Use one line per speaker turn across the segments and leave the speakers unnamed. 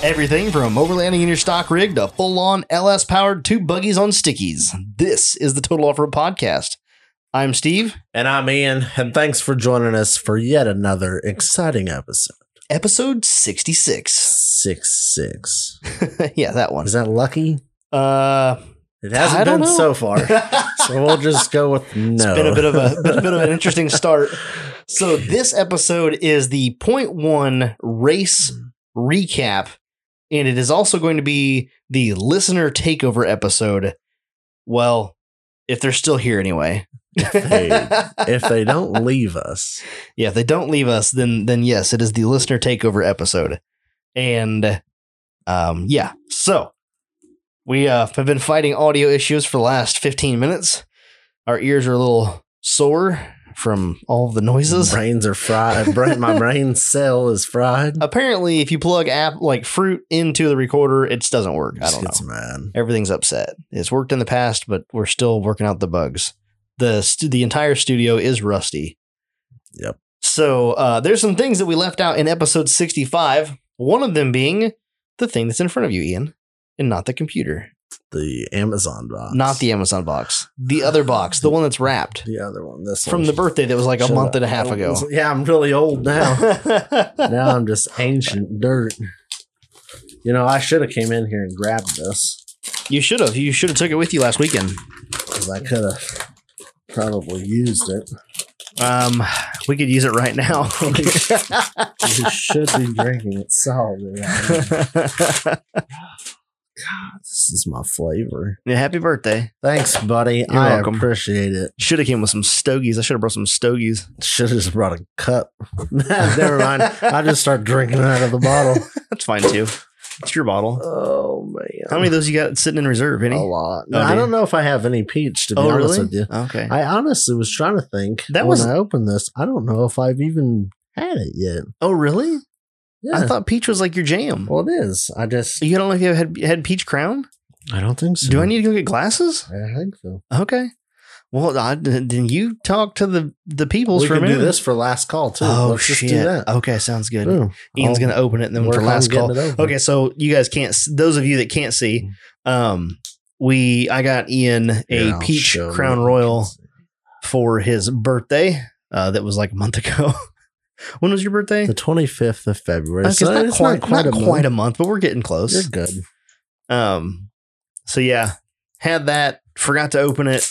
Everything from overlanding in your stock rig to full on LS powered two buggies on stickies. This is the Total Off Road Podcast. I'm Steve,
And I'm Ian, and thanks for joining us for yet another exciting episode.
episode 66.
Six six.
yeah, that one.
Is that lucky?
Uh,
It hasn't
I don't
been
know.
so far.
it's
so we'll just go with no.
been a bit of a, been a bit of an interesting start. So, this episode is the point one race recap, and it is also going to be the listener takeover episode. Well, if they're still here anyway.
they- if they don't leave us,
Yeah, if they don't leave us, then then yes, it is the listener takeover episode. And um yeah, so we uh, have been fighting audio issues for the last 15 minutes. Our ears are a little sore from all the noises.
brains are fried. Brain, my brain cell is fried.
Apparently, if you plug app like fruit into the recorder, it just doesn't work. I don't know.
it's mine.
Everything's upset. It's worked in the past, but we're still working out the bugs. The stu- the entire studio is rusty.
Yep.
So uh, there's some things that we left out in episode 65. One of them being the thing that's in front of you, Ian, and not the computer,
The Amazon box.
not the Amazon box, the other box, the one that's wrapped
the other one. This
from
one.
the birthday that was like a
Shut
month
up.
and a half ago.
Yeah, I'm really old now. now I'm just ancient dirt. You know, I should have came in here and grabbed this
you should have. You should have took it with you last weekend.
because I could have probably used it.
Um, we could use it right now.
You should be drinking it solid. right? This is my flavor.
Yeah, Happy birthday.
Thanks, buddy.
You're
I
welcome.
appreciate it.
Should have came with some stogies. I should have brought some stogies.
Should have just brought a cup. Never mind. I just start drinking out of the bottle.
That's fine too. It's your bottle.
Oh man,
How many of those you got sitting in reserve? Any?
A lot.
Oh,
I
do
don't
you?
know if I have any peach. To be
Oh,
honest
really?
with you,
Okay.
I honestly was trying to think
That
that when
was-
I opened this. I don't know if I've even had it yet.
oh, really?
Yeah.
I thought peach was like your jam.
well, it is. I just
you don't know if you had had peach crown.
I don't think so.
Do I need to go get glasses?
I think so.
Okay. Well, I, then you talk to the the peoples
we
for a
can do
minute.
this for last call too.
Oh
Let's
shit!
just do that.
Okay, sounds good.
Boom.
Ian's
I'll
gonna open it and then
work
for
on
last
getting
call.
it over.
Okay, so you guys can't. s- Those of you that can't see, um, we I got Ian a
Here, I'll
peach
show
crown
you.
royal for his birthday. Uh, that was like a month ago. when was your birthday?
The twenty fifth of February.
Okay, it's
So
not, quite, not
month.
quite a month, but we're getting close.
You're good.
Um, so yeah, had that. Forgot to open it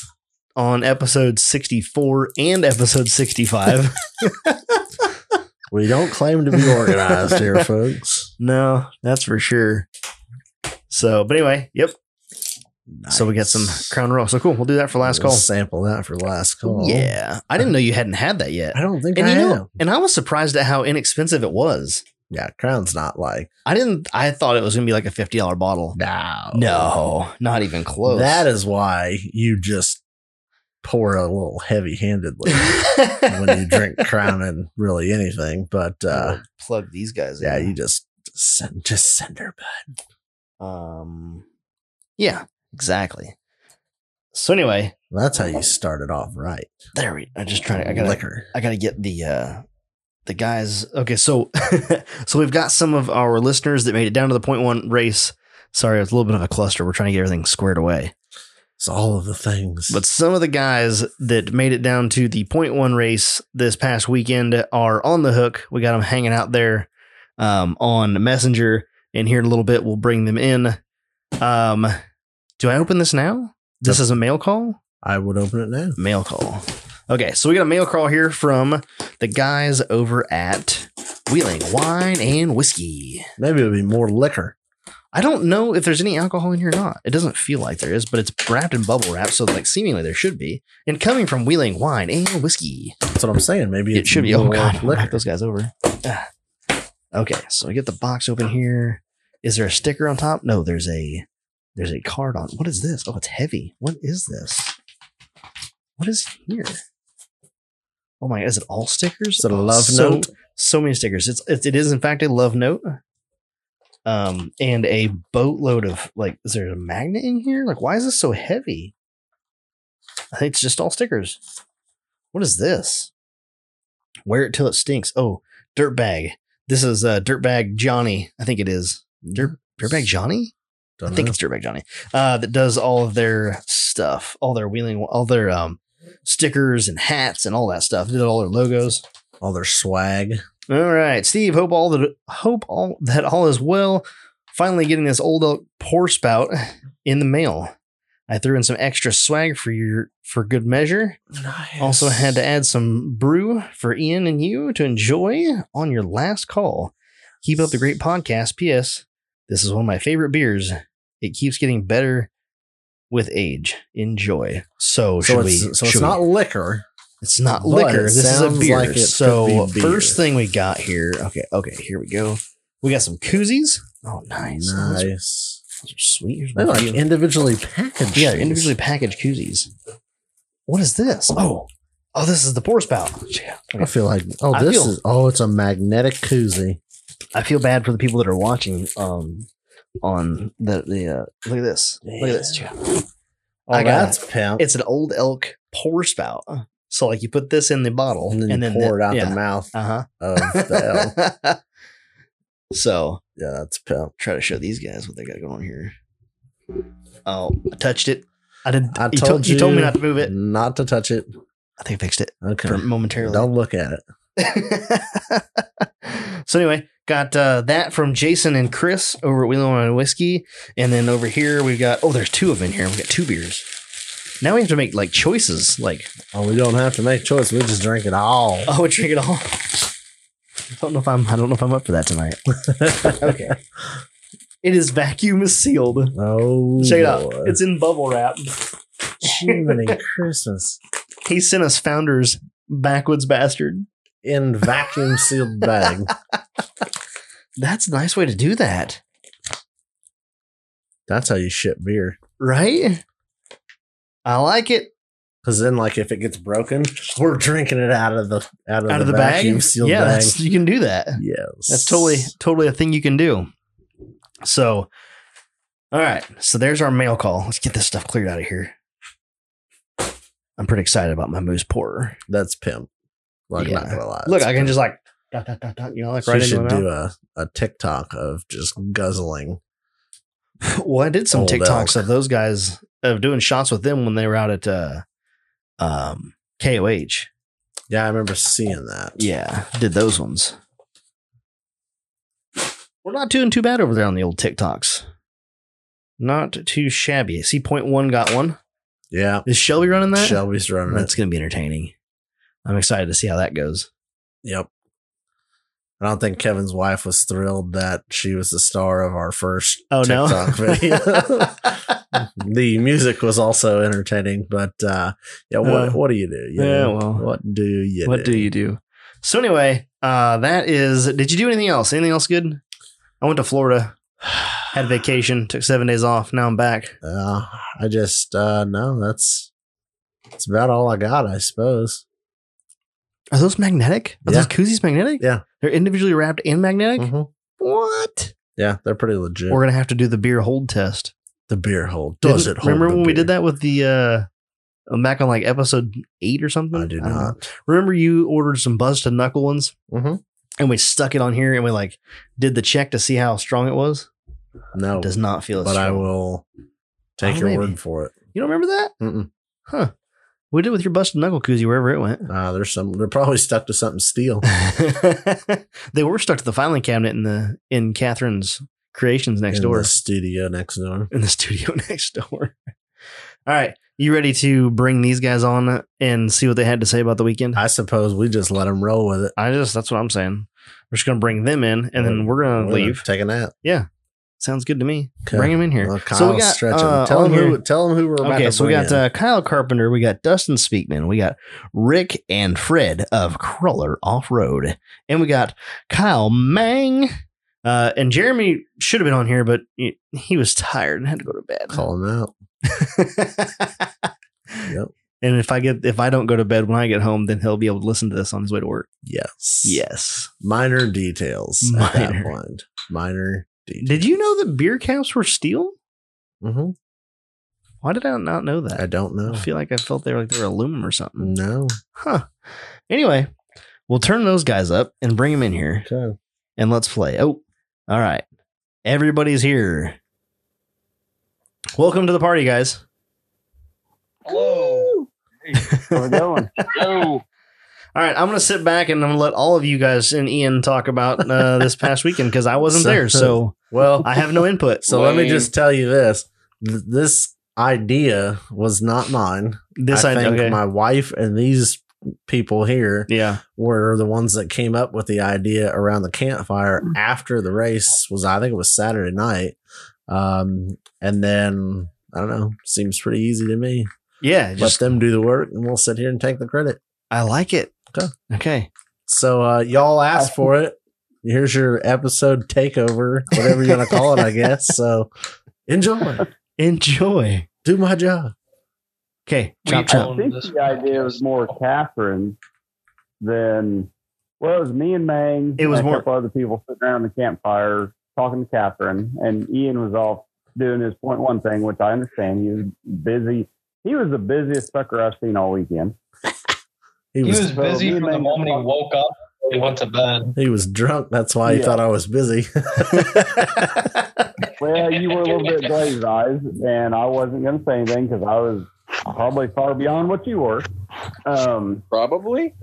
on episode sixty-four and episode sixty-five.
We don't claim to be organized here, folks.
no, that's for sure. So, but anyway, yep. So we got
Nice.
some crown royal. So cool. We'll do that for last
We'll
call.
Sample that for last
Ooh,
call.
Yeah, I didn't know you hadn't had that yet.
I don't think
And
I
you
am.
know, and I was surprised at how inexpensive it was.
Yeah, crown's not like
I didn't. I thought it was gonna be like a fifty dollar bottle.
no,
No, not even close.
That is why you just pour a little heavy handedly when you drink Crown and really anything. But uh,
plug these guys.
yeah,
in.
you just send just send her back.
Um, yeah, exactly. So anyway,
That's how you started off, right?
there we. I just trying. to. I gotta.
liquor.
I gotta get the uh, the guys. Okay, so so we've got some of our listeners that made it down to the point one race. Sorry, it's a little bit of a cluster. We're trying to get everything squared away.
It's all of the things.
But some of the guys that made it down to the point one race this past weekend are on the hook. We got them hanging out there um, on Messenger, and here in a little bit we'll bring them in. Um, do I open this now? This is a mail call.
I would open it now.
Mail call. Okay, so we got a mail call here from the guys over at Wheeling Wine and Whiskey.
Maybe it'll be more liquor.
I don't know if there's any alcohol in here or not. It doesn't feel like there is, but it's wrapped in bubble wrap, so like seemingly there should be. And coming from Wheeling Wine and Whiskey,
That's what I'm saying. Maybe
it should be. Oh
more
god, knock
liquor.
those guys over. Ah. Okay, so I get the box open here. Is there a sticker on top? No, there's a there's a card on. What is this? Oh, it's heavy. What is this? What is here? Oh my, is it all stickers?
Is it a love
So-
note?
so many stickers. It's it, it is in fact a love note, um, and a boatload of like. Is there a magnet in here? Like, why is this so heavy? I think it's just all stickers. What is this? Wear it till it stinks. Oh, dirt bag. This is uh, dirt bag Johnny. I think it is. Dirt, Dirtbag Johnny?
Don't
I think
know.
it's Dirtbag Johnny uh, that does all of their stuff, all their wheeling, all their um, stickers and hats and all that stuff. Did all their logos.
all their swag.
All right, Steve. Hope all that hope all that all is well. Finally getting this old elk pour spout in the mail. I threw in some extra swag for your for good measure. Also had to add some brew for Ian and you to enjoy on your last call. Keep up the great podcast. P.S. This is one of my favorite beers. It keeps getting better with age. Enjoy. So,
So
Oh, should
it's,
we?
so it's
should we-
not liquor.
it's not
But
liquor.
it
This is a
sounds
beer.
like it
so
could be beer.
first thing we got here. Okay, okay, here we go. We got some koozies. Oh, nice. Oh, those are-
Nice.
those are sweet. Here's
They're
one for
like
you.
individually packaged.
yeah, they're individually packaged koozies. What is this? Oh, oh, this is the pour spout. Yeah.
I feel like oh
I
this
feel-
is oh it's a magnetic koozie.
I feel bad for the people that are watching. Um, on the the uh, look at this. Look at this. Yeah.
Oh,
I got
that's pimp.
It's an old elk pour spout. So like you put this in the bottle
and then, you pour it out the mouth
Uh huh.
of the elk.
so
Yeah, that's pimp.
try to show these guys what they got going here. Oh, I touched it. I didn't.
I
you,
told
told, you told me
you. Mm.
not to move it.
Not to touch it.
I think I fixed it
Okay.
for- momentarily.
Don't look at it.
so anyway, got uh, that from Jason and Chris over at Wheeling and Whiskey, and then over here we've got oh, there's two of them in here. We got two beers. Now we have to make like choices. Like
Oh, we don't have to make choice. We just drink it all.
oh, we drink it all. I don't know if I'm. I don't know if I'm up for that tonight. okay. It is vacuum sealed.
Oh,
Check it out.
Lord.
It's in bubble wrap.
Jiminy Christmas
He sent us Founders Backwoods Bastard.
in vacuum sealed bag.
That's a nice way to do that,
That's how you ship beer.
right? I like it.
Because then, like, if it gets broken, we're drinking it out of the out of,
Out
the,
of the bag.
vacuum sealed
yeah,
bag.
that's- you can do that.
Yes,
That's totally totally a thing you can do. So all right. So there's our mail call. Let's get this stuff cleared out of here. I'm pretty excited about my moose pourer.
that's pimp. Like, not
Yeah.
gonna lie.
Look,
that's
I can
pimp.
just like dot, dot, dot, dot, you know, like
you
right into
should
my
do
mouth.
a a TikTok of just guzzling.
Well, I did some
Old
TikToks
elk.
of those guys of doing shots with them when they were out at uh um KOH.
Yeah, I remember seeing that.
Yeah, did those ones. We're not doing too bad over there on the old TikToks. Not too shabby. See, point one got one.
yeah.
Is Shelby running that?
Shelby's running it.
That's going to be entertaining. I'm excited to see how that goes.
Yep. I don't think Kevin's wife was thrilled that she was the star of our first
Oh, no?
TikTok video. the music was also entertaining, but uh, yeah, what
Uh,
what do you do? You
yeah,
know,
well,
what do you?
what do you do? So anyway, uh, that is. Did you do anything else? Anything else good? I went to Florida, had a vacation, took seven days off. Now I'm back.
Uh, I just uh, no. That's that's about all I got, I suppose.
Are those magnetic? Are
Yeah.
those koozies magnetic?
Yeah.
they're individually wrapped and magnetic.
Mhm.
What?
Yeah, they're pretty legit.
We're gonna have to do the beer hold test.
the beer hold does
Didn't-
it? Hold
Remember
the
when we
beer?
did that with the uh back on like episode eight or something?
I do
don't know.
not.
Remember you ordered some busted knuckle ones
Mhm.
and we stuck it on here and we like did the check to see how strong it was.
No,
It does not feel as
but I
strong.
will take
Oh,
your
maybe.
word for it.
You don't remember that?
Mm-mm.
Huh. We did with your busted knuckle koozie wherever it went.
Uh, there's some. They're probably stuck to something steel.
they were stuck to the filing cabinet in the in Catherine's creations next
in
door.
the studio next door.
in the studio next door. All right. You ready to bring these guys on and see what they had to say about the weekend?
I suppose we just let them roll with it.
I just, that's what I'm saying. We're just going to bring them in and then we're going to
We're
Uh, leave.
Take a nap.
Sounds good to me.
Okay.
Bring them in here.
Well, Kyle's
so we got,
stretching.
uh,
tell
on
them who.
here-
Tell them who we're about
Okay,
to
so we
bring
got
in.
uh, Kyle Carpenter, we got Dustin Speakman, we got Rick and Fred of Crawler Off Road, and we got Kyle Mang. Uh, and Jeremy should have been on here, but he, he was tired and had to go to bed.
call them out. Oh. Yep.
And if I get if I don't go to bed when I get home, then he'll be able to listen to this on his way to work.
Yes.
Yes.
Minor details at
Minor.
that point. Minor details.
Did you know that beer caps were steel?
Mhm.
Why did I not know
I
that?
don't know. Mm.
I feel like I felt they were like they were aluminum or something.
No.
Huh. Anyway, we'll turn those guys up and bring them in here
Okay.
and let's play. Oh, all right. Everybody's here. Welcome to the party, guys.
Hello.
How's it going?
Yo.
All right, I'm gonna sit back and I'm gonna let all of you guys and Ian talk about uh, this past weekend because I wasn't
So-
there, so
Well,
I have no input.
so let me
Wayne.
just tell you this: Th- this idea was not mine.
This
I
I,
think
okay.
my wife and these people here
yeah,
were the ones that came up with the idea around the campfire after the race was I think it was Saturday night. Um, and then I don't know, seems pretty easy to me.
yeah. Just
Let them do the work and we'll sit here and take the credit.
I like it.
Okay.
Okay.
So uh y'all asked for it. Here's your episode takeover, whatever you want to call it, I guess. So enjoy.
Enjoy.
Do my job.
Okay.
We
Chop
own-
chop.
I think the idea was more Catherine than well, it was me and Mang.
It was
and a
more-
couple other people sitting around the campfire talking to Catherine, and Ian was off doing his point one thing, which I understand. He was busy. He was the busiest sucker I've seen all weekend.
He
He
was
was busy from the moment he woke up till he went to bed.
he was drunk. That's why he
Yeah.
thought I was busy.
Well, you were a little bit glazed eyes, and I wasn't going to say anything because I was probably far beyond what you were. Um,
Probably.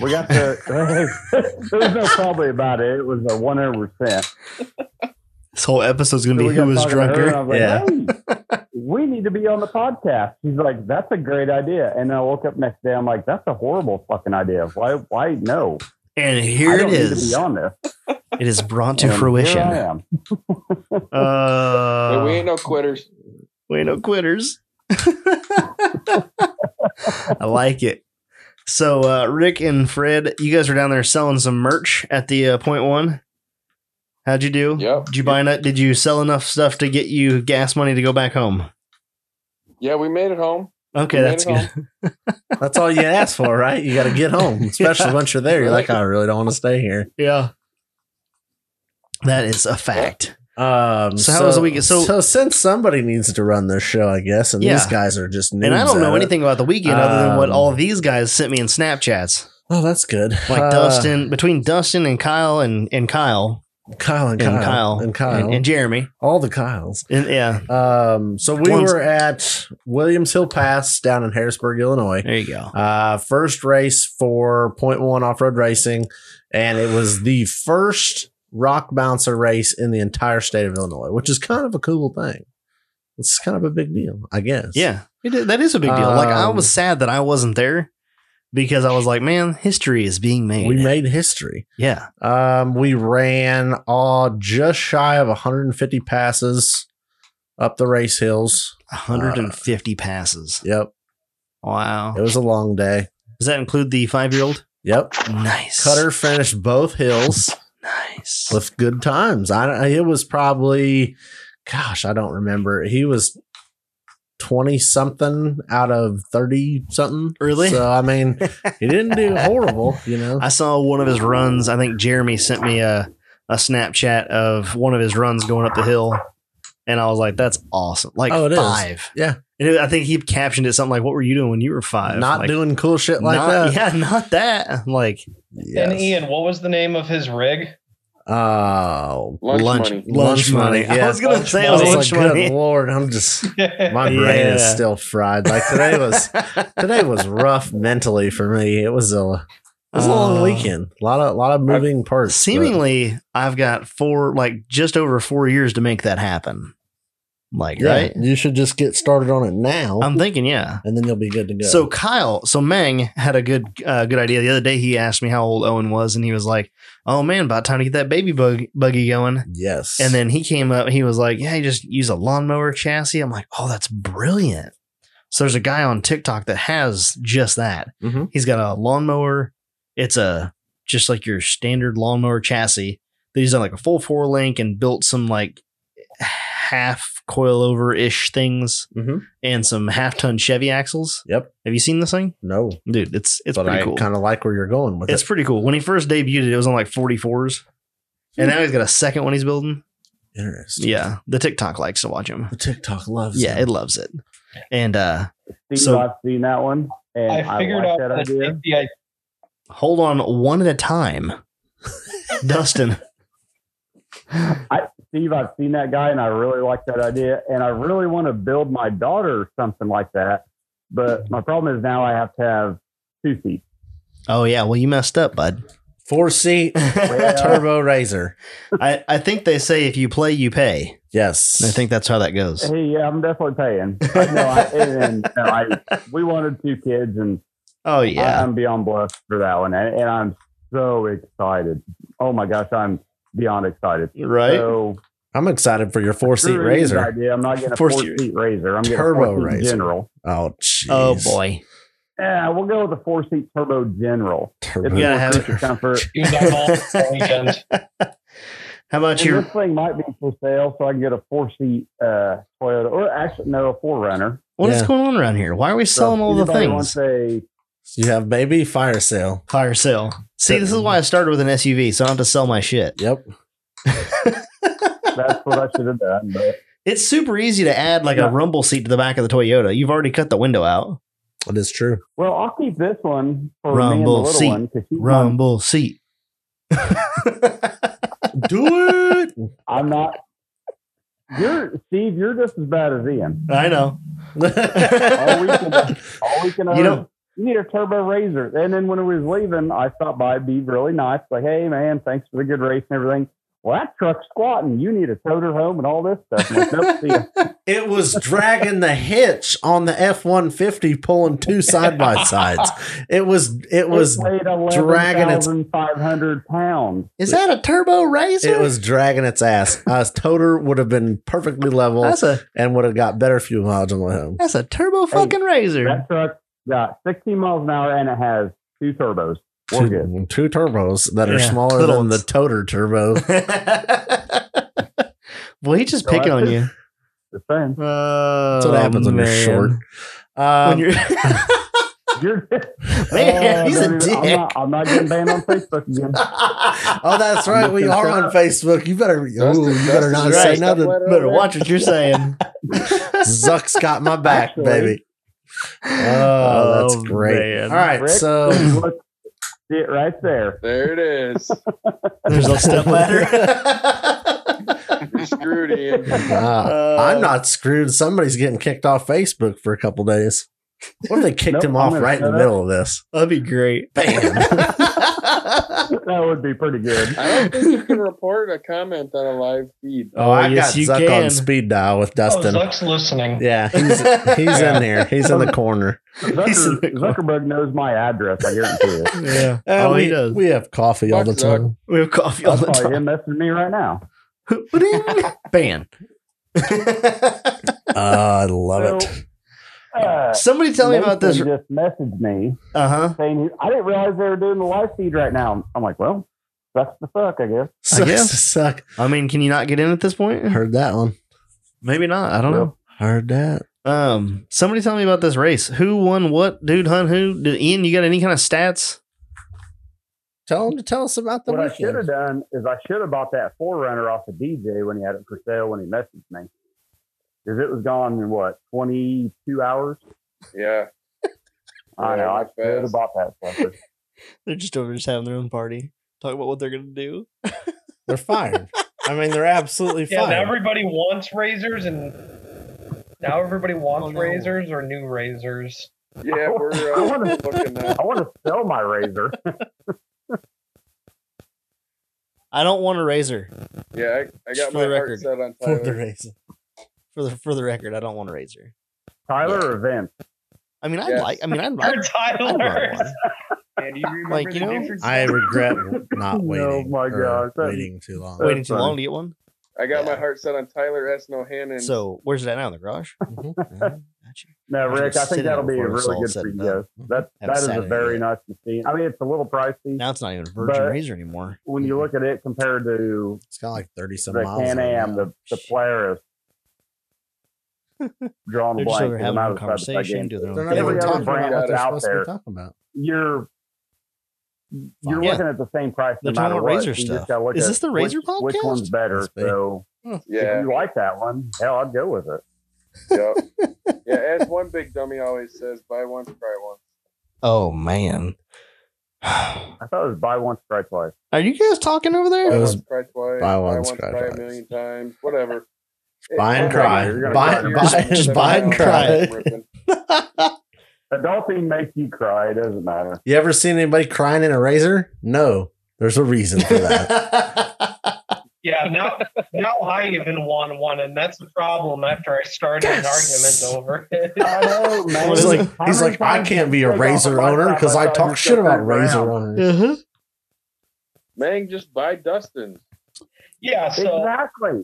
We got the. there was no probably about it. It was a one hundred percent.
This whole episode's gonna be
So we
who
got
was
talking to her, and
drunker.
I was like, "Hey, we need to be on the podcast. She's like, that's a great idea. And I woke up next day. I'm like, that's a horrible fucking idea. Why? Why no?
And
I
here
don't
it
need
is.
to be on Um, this.
It is brought to
And Here I
fruition.
am.
Hey, we ain't
Uh,
no quitters.
we ain't no quitters. I like it. So uh, Rick and Fred, you guys are down there selling some merch at the uh, point one. How'd you do?
Yep.
Did you buy enough? Did you sell enough stuff to get you gas money to go back home?
Yeah, we made it home.
Okay,
We made
that's
it home.
good.
That's all you ask for, right? You got to get home, especially once you're there. You're like, I really don't want to stay here.
Yeah, that is a fact.
Um,
So how was the week- so-
since somebody needs to run this show, I guess, and these
Yeah.
guys are just new.
And I don't know anything about the weekend other than what
Um,
all these guys sent me in Snapchats.
Oh, that's good.
Like
Uh,
Dustin, between Dustin and Kyle and and Kyle
Kyle, and
and
Kyle,
Kyle
and Kyle,
and, and Jeremy.
all the Kyles.
And, yeah,
Um, so we
One's-
were at Williams Hill Pass down in Harrisburg, Illinois.
there you go.
Uh, first race for Point One Off Road Racing, and it was the first rock bouncer race in the entire state of Illinois, which is kind of a cool thing. It's kind of a big deal, I guess.
Yeah, it is, that is a big deal. Like I
Um,
was sad that I wasn't there because I was like, man, history is being made.
we made history.
yeah,
Um, we ran all just shy of 150 passes up the race hills.
150 passes.
Yep,
Wow.
it was a long day.
Does that include the five year old?
Yep,
Nice.
Cutter finished both hills.
Nice.
with good times. I it was probably, gosh, I don't remember. He was twenty something out of thirty something.
Really?
So I mean, he didn't do horrible, you know.
I saw one of his runs. I think Jeremy sent me a, a Snapchat of one of his runs going up the hill. And I was like, that's awesome. Like
Oh, it is.
five.
Yeah.
And it- I think he captioned it something like, what were you doing when you were five?
Not
Like,
doing cool shit like
not-
that.
Yeah, not that. I'm like,
Yes.
And
E
Ian, what was the name of his rig?
Oh,
Lunch,
Lunch.
money.
Lunch money. I
Yeah.
was gonna
Lunch
say it
I was
was
like,
lunch
good
money.
lord, I'm just my brain is
Yeah.
still fried. Like today was today was rough mentally for me. It was a it was a long
Uh,
weekend. A lot of lot of moving parts. but-
Seemingly, I've got four, like just over four years to make that happen. Like,
Yeah,
right?
You should just get started on it now,
I'm thinking, yeah.
and then you'll be good to go.
So Kyle, so Mang had a good uh, good idea the other day. He asked me how old Owen was, and he was like, "Oh man, about time to get that baby bug- buggy going."
yes,
And then he came up, he was like, "Yeah, you just use a lawnmower chassis." I'm like, "Oh, that's brilliant." So there's a guy on TikTok that has just that.
Mhm.
He's got a lawnmower. It's a just like your standard lawnmower chassis. That he's done like a full four link and built some like half coilover ish things
Mhm.
and some half ton Chevy axles.
Yep.
Have you seen this thing?
no,
dude it's it's
but
pretty
I
cool
kind of like where you're going with
it's
it.
pretty cool when he first debuted it it was on like 44s and
Hmm.
now he's got a second one he's building
Interesting.
yeah the tiktok likes to watch him
the TikTok loves.
yeah
it.
it loves it and uh
Steve,
So-
I've seen that one, and I,
I figured
like
out
that
the
idea.
safety I
hold on one at a time dustin
Steve, I've seen that guy and I really like that idea. And I really want to build my daughter something like that. But my problem is now I have to have two seats.
Oh yeah, well you messed up, bud.
Four seat
I
turbo razor.
I think they say if you play, you pay.
Yes.
And I think that's how that goes.
Hey, yeah, I'm definitely paying. But no, I, and, no, I, we wanted two kids and
Oh yeah.
I,
Um,
am beyond blessed for that one. And, and I'm so excited. Oh my gosh, I'm beyond excited.
right.
So
I'm excited for your four seat
Drew Reed's
razor.
Idea. I'm not getting a four
Four seat-
seat razor. I'm getting
Turbo
a four seat
razor.
general.
Oh, jeez.
oh boy.
Yeah, we'll go with a four seat turbo general. It's
Turbo.
You gotta
more
have-
creature comfort.
He was on call all weekend.
How
And
about your
this thing might be for sale, so I can get a four seat uh, Toyota, or actually no, a four runner.
What is
Yeah.
going on around here? Why are we selling all the
Wants
things?
a,
You have baby fire sale.
Fire sale. See, this is why I started with an SUV, so I don't have to sell my shit.
Yep.
that's what I should have done. But
It's super easy to add like
Yeah.
a rumble seat to the back of the Toyota. You've already cut the window out.
That is true.
well, I'll keep this one for me and the
Rumble
little
seat.
one because
Rumble seat.
Do it.
I'm not. You're Steve. You're just as bad as Ian.
I know.
All we can, all we can.
You
ever-
don't-
you need a turbo razor. And then when we was leaving, I stopped by, be really nice, like, hey man, thanks for the good race and everything. Well, that truck's squatting. You need a toter home and all this stuff. I'm like, nope, see ya.
It was dragging the hitch on the F one fifty, pulling two side by sides. It was it was
It weighed
dragging its-
11,500 pounds.
Is that a turbo razor?
it was dragging its ass. Uh, toter would have been perfectly level
that's a
and would have got better fuel mileage on the way home.
that's a turbo fucking razor.
That truck got 16 miles an hour and it has two turbos. We're good.
Two, two turbos that are
Yeah,
smaller
little
than the
ones.
toter turbo.
well, he just
So
picking
I-
on you.
The same.
That's
what happens when you're short. Um,
when you're
You're,
man, he's a
don't even- I'm
dick.
not, I'm not getting banned on Facebook again.
oh, that's right. We are on Facebook. You better, ooh, you better not
That's
say
right.
nothing.
Better watch what you're saying.
Zuck's got my back,
Actually.
baby. Oh, that's great.
man.
All right,
Rick,
so
look, see it right there.
There it is.
There's a step ladder.
You screwed Ian.
uh, I'm not screwed. Somebody's getting kicked off Facebook for a couple days. What if they kicked
Nope,
him
I'm
off
gonna
right in the
shut up.
middle of this?
That'd be great.
Bam!
oh,
That would be pretty good.
I don't think you can report a comment on a live feed.
Oh, I
yes,
got
you
Zuck
can.
on speed dial with
Oh,
Dustin.
Zuck's listening.
yeah, he's he's in there. He's in the corner.
He's in
Zucker,
the corner.
Zuckerberg knows my address. I guarantee it.
yeah.
Uh,
oh,
we,
he does.
We have coffee all the
Fuck Zuck.
time.
We have coffee all
That's
the
probably
time.
him messaging me right now.
Oh, Ban.
Uh, I love
So,
it.
Uh,
Somebody tell me about this.
Nathan Just messaged me
Uh huh.
saying he, I didn't realize they were doing the live feed right now. I'm like, well, that's the fuck, I guess.
Sucks
guess.
to suck.
I mean, can you not get in at this point?
Heard that one.
Maybe not. I don't know.
Heard that.
Um, somebody tell me about this race. Who won what? Dude, hunt who? Did Ian? You got any kind of stats?
Tell him to tell us about the
what I should
weekend.
have done is I should have bought that Forerunner off of DJ when he had it for sale when he messaged me. Because it was gone in what, 22 hours?
Yeah.
I know. I
Yeah,
should have
fast.
bought that sucker.
They're just over just having their own party, talking about what they're gonna do.
They're fired. I mean, they're absolutely
Yeah, now
fired.
everybody wants razors and now everybody
Oh,
wants razors or new razors.
Yeah, we're uh, looking at
I want to sell my razor.
I don't want a razor.
Yeah, I, I
Just
got
for
my
the
heart
record.
set on
for the
Tyler.
reason.
For the for the record, I don't want a razor.
Tyler or Vince?
I mean, I
Yeah.
like. I mean, I
Or
like. I'd buy
Tyler.
one.
Man, do you remember
Like, you
the
know,
difference?
I regret not waiting.
Oh my
or
gosh, that-
waiting too long.
Wait.
Waiting too
funny.
long to get one.
I got my
Yeah.
heart set on Tyler S. Nohannon.
So where's it at now? In the garage.
Mhm.
Gotcha.
No,
Just
Rick, I
sit
think that'll
down
be
before it's
really
all
good
said
for you
and
guys.
done.
That,
Have
that is a
Saturday
very
night.
nice machine. I mean, it's a little pricey
Now it's not even a virgin
But-
razor anymore.
when you look at it compared to
It's got like thirty some
the
miles.
Can
on it
Am,
now.
the, the Polaris. Drawing
They're
a
just
blank.
over
when
having
I
a
was about to play
conversation.
games.
Do their
They're
own
not
thing.
Every
even
other
talking about
brand
what
that's
they're
out
supposed to
there.
be talking about.
You're you're
Yeah.
looking at the same price.
They're
no matter
talking about
what.
razor
You just
stuff.
gotta look
Is
at
this the razor
which, Which
podcast?
one's better?
Must be.
So
yeah,
if you like that one, hell, I'd go with it.
yep. yeah. As one big dummy always says, buy once, try once.
Oh man.
I thought it was buy once, try twice.
Are you guys talking over
Buy
there?
It was-
once, cry twice.
buy once,
once,
cry
cry a
twice.
million times. Whatever.
Buy and
It-
cry.
You're gonna
Buy,
cry.
buy,
You're
just
gonna
buy and cry.
Ripping.
Adulting makes you cry. It doesn't matter.
You ever seen anybody crying in a razor? No, there's a reason for that.
Yeah, now now I even won one, and that's the problem. After I started
Yes.
an argument over it,
I know,
What
man.
is
he's like,
How
he's
many
like, I
times
can't be
you
a
take off
razor
the bike
owner
side
because
by
I
side
talk
and
shit
stuff
about
around?
razor owners.
Uh-huh.
Man, just buy Dustin's.
yeah. So
Exactly.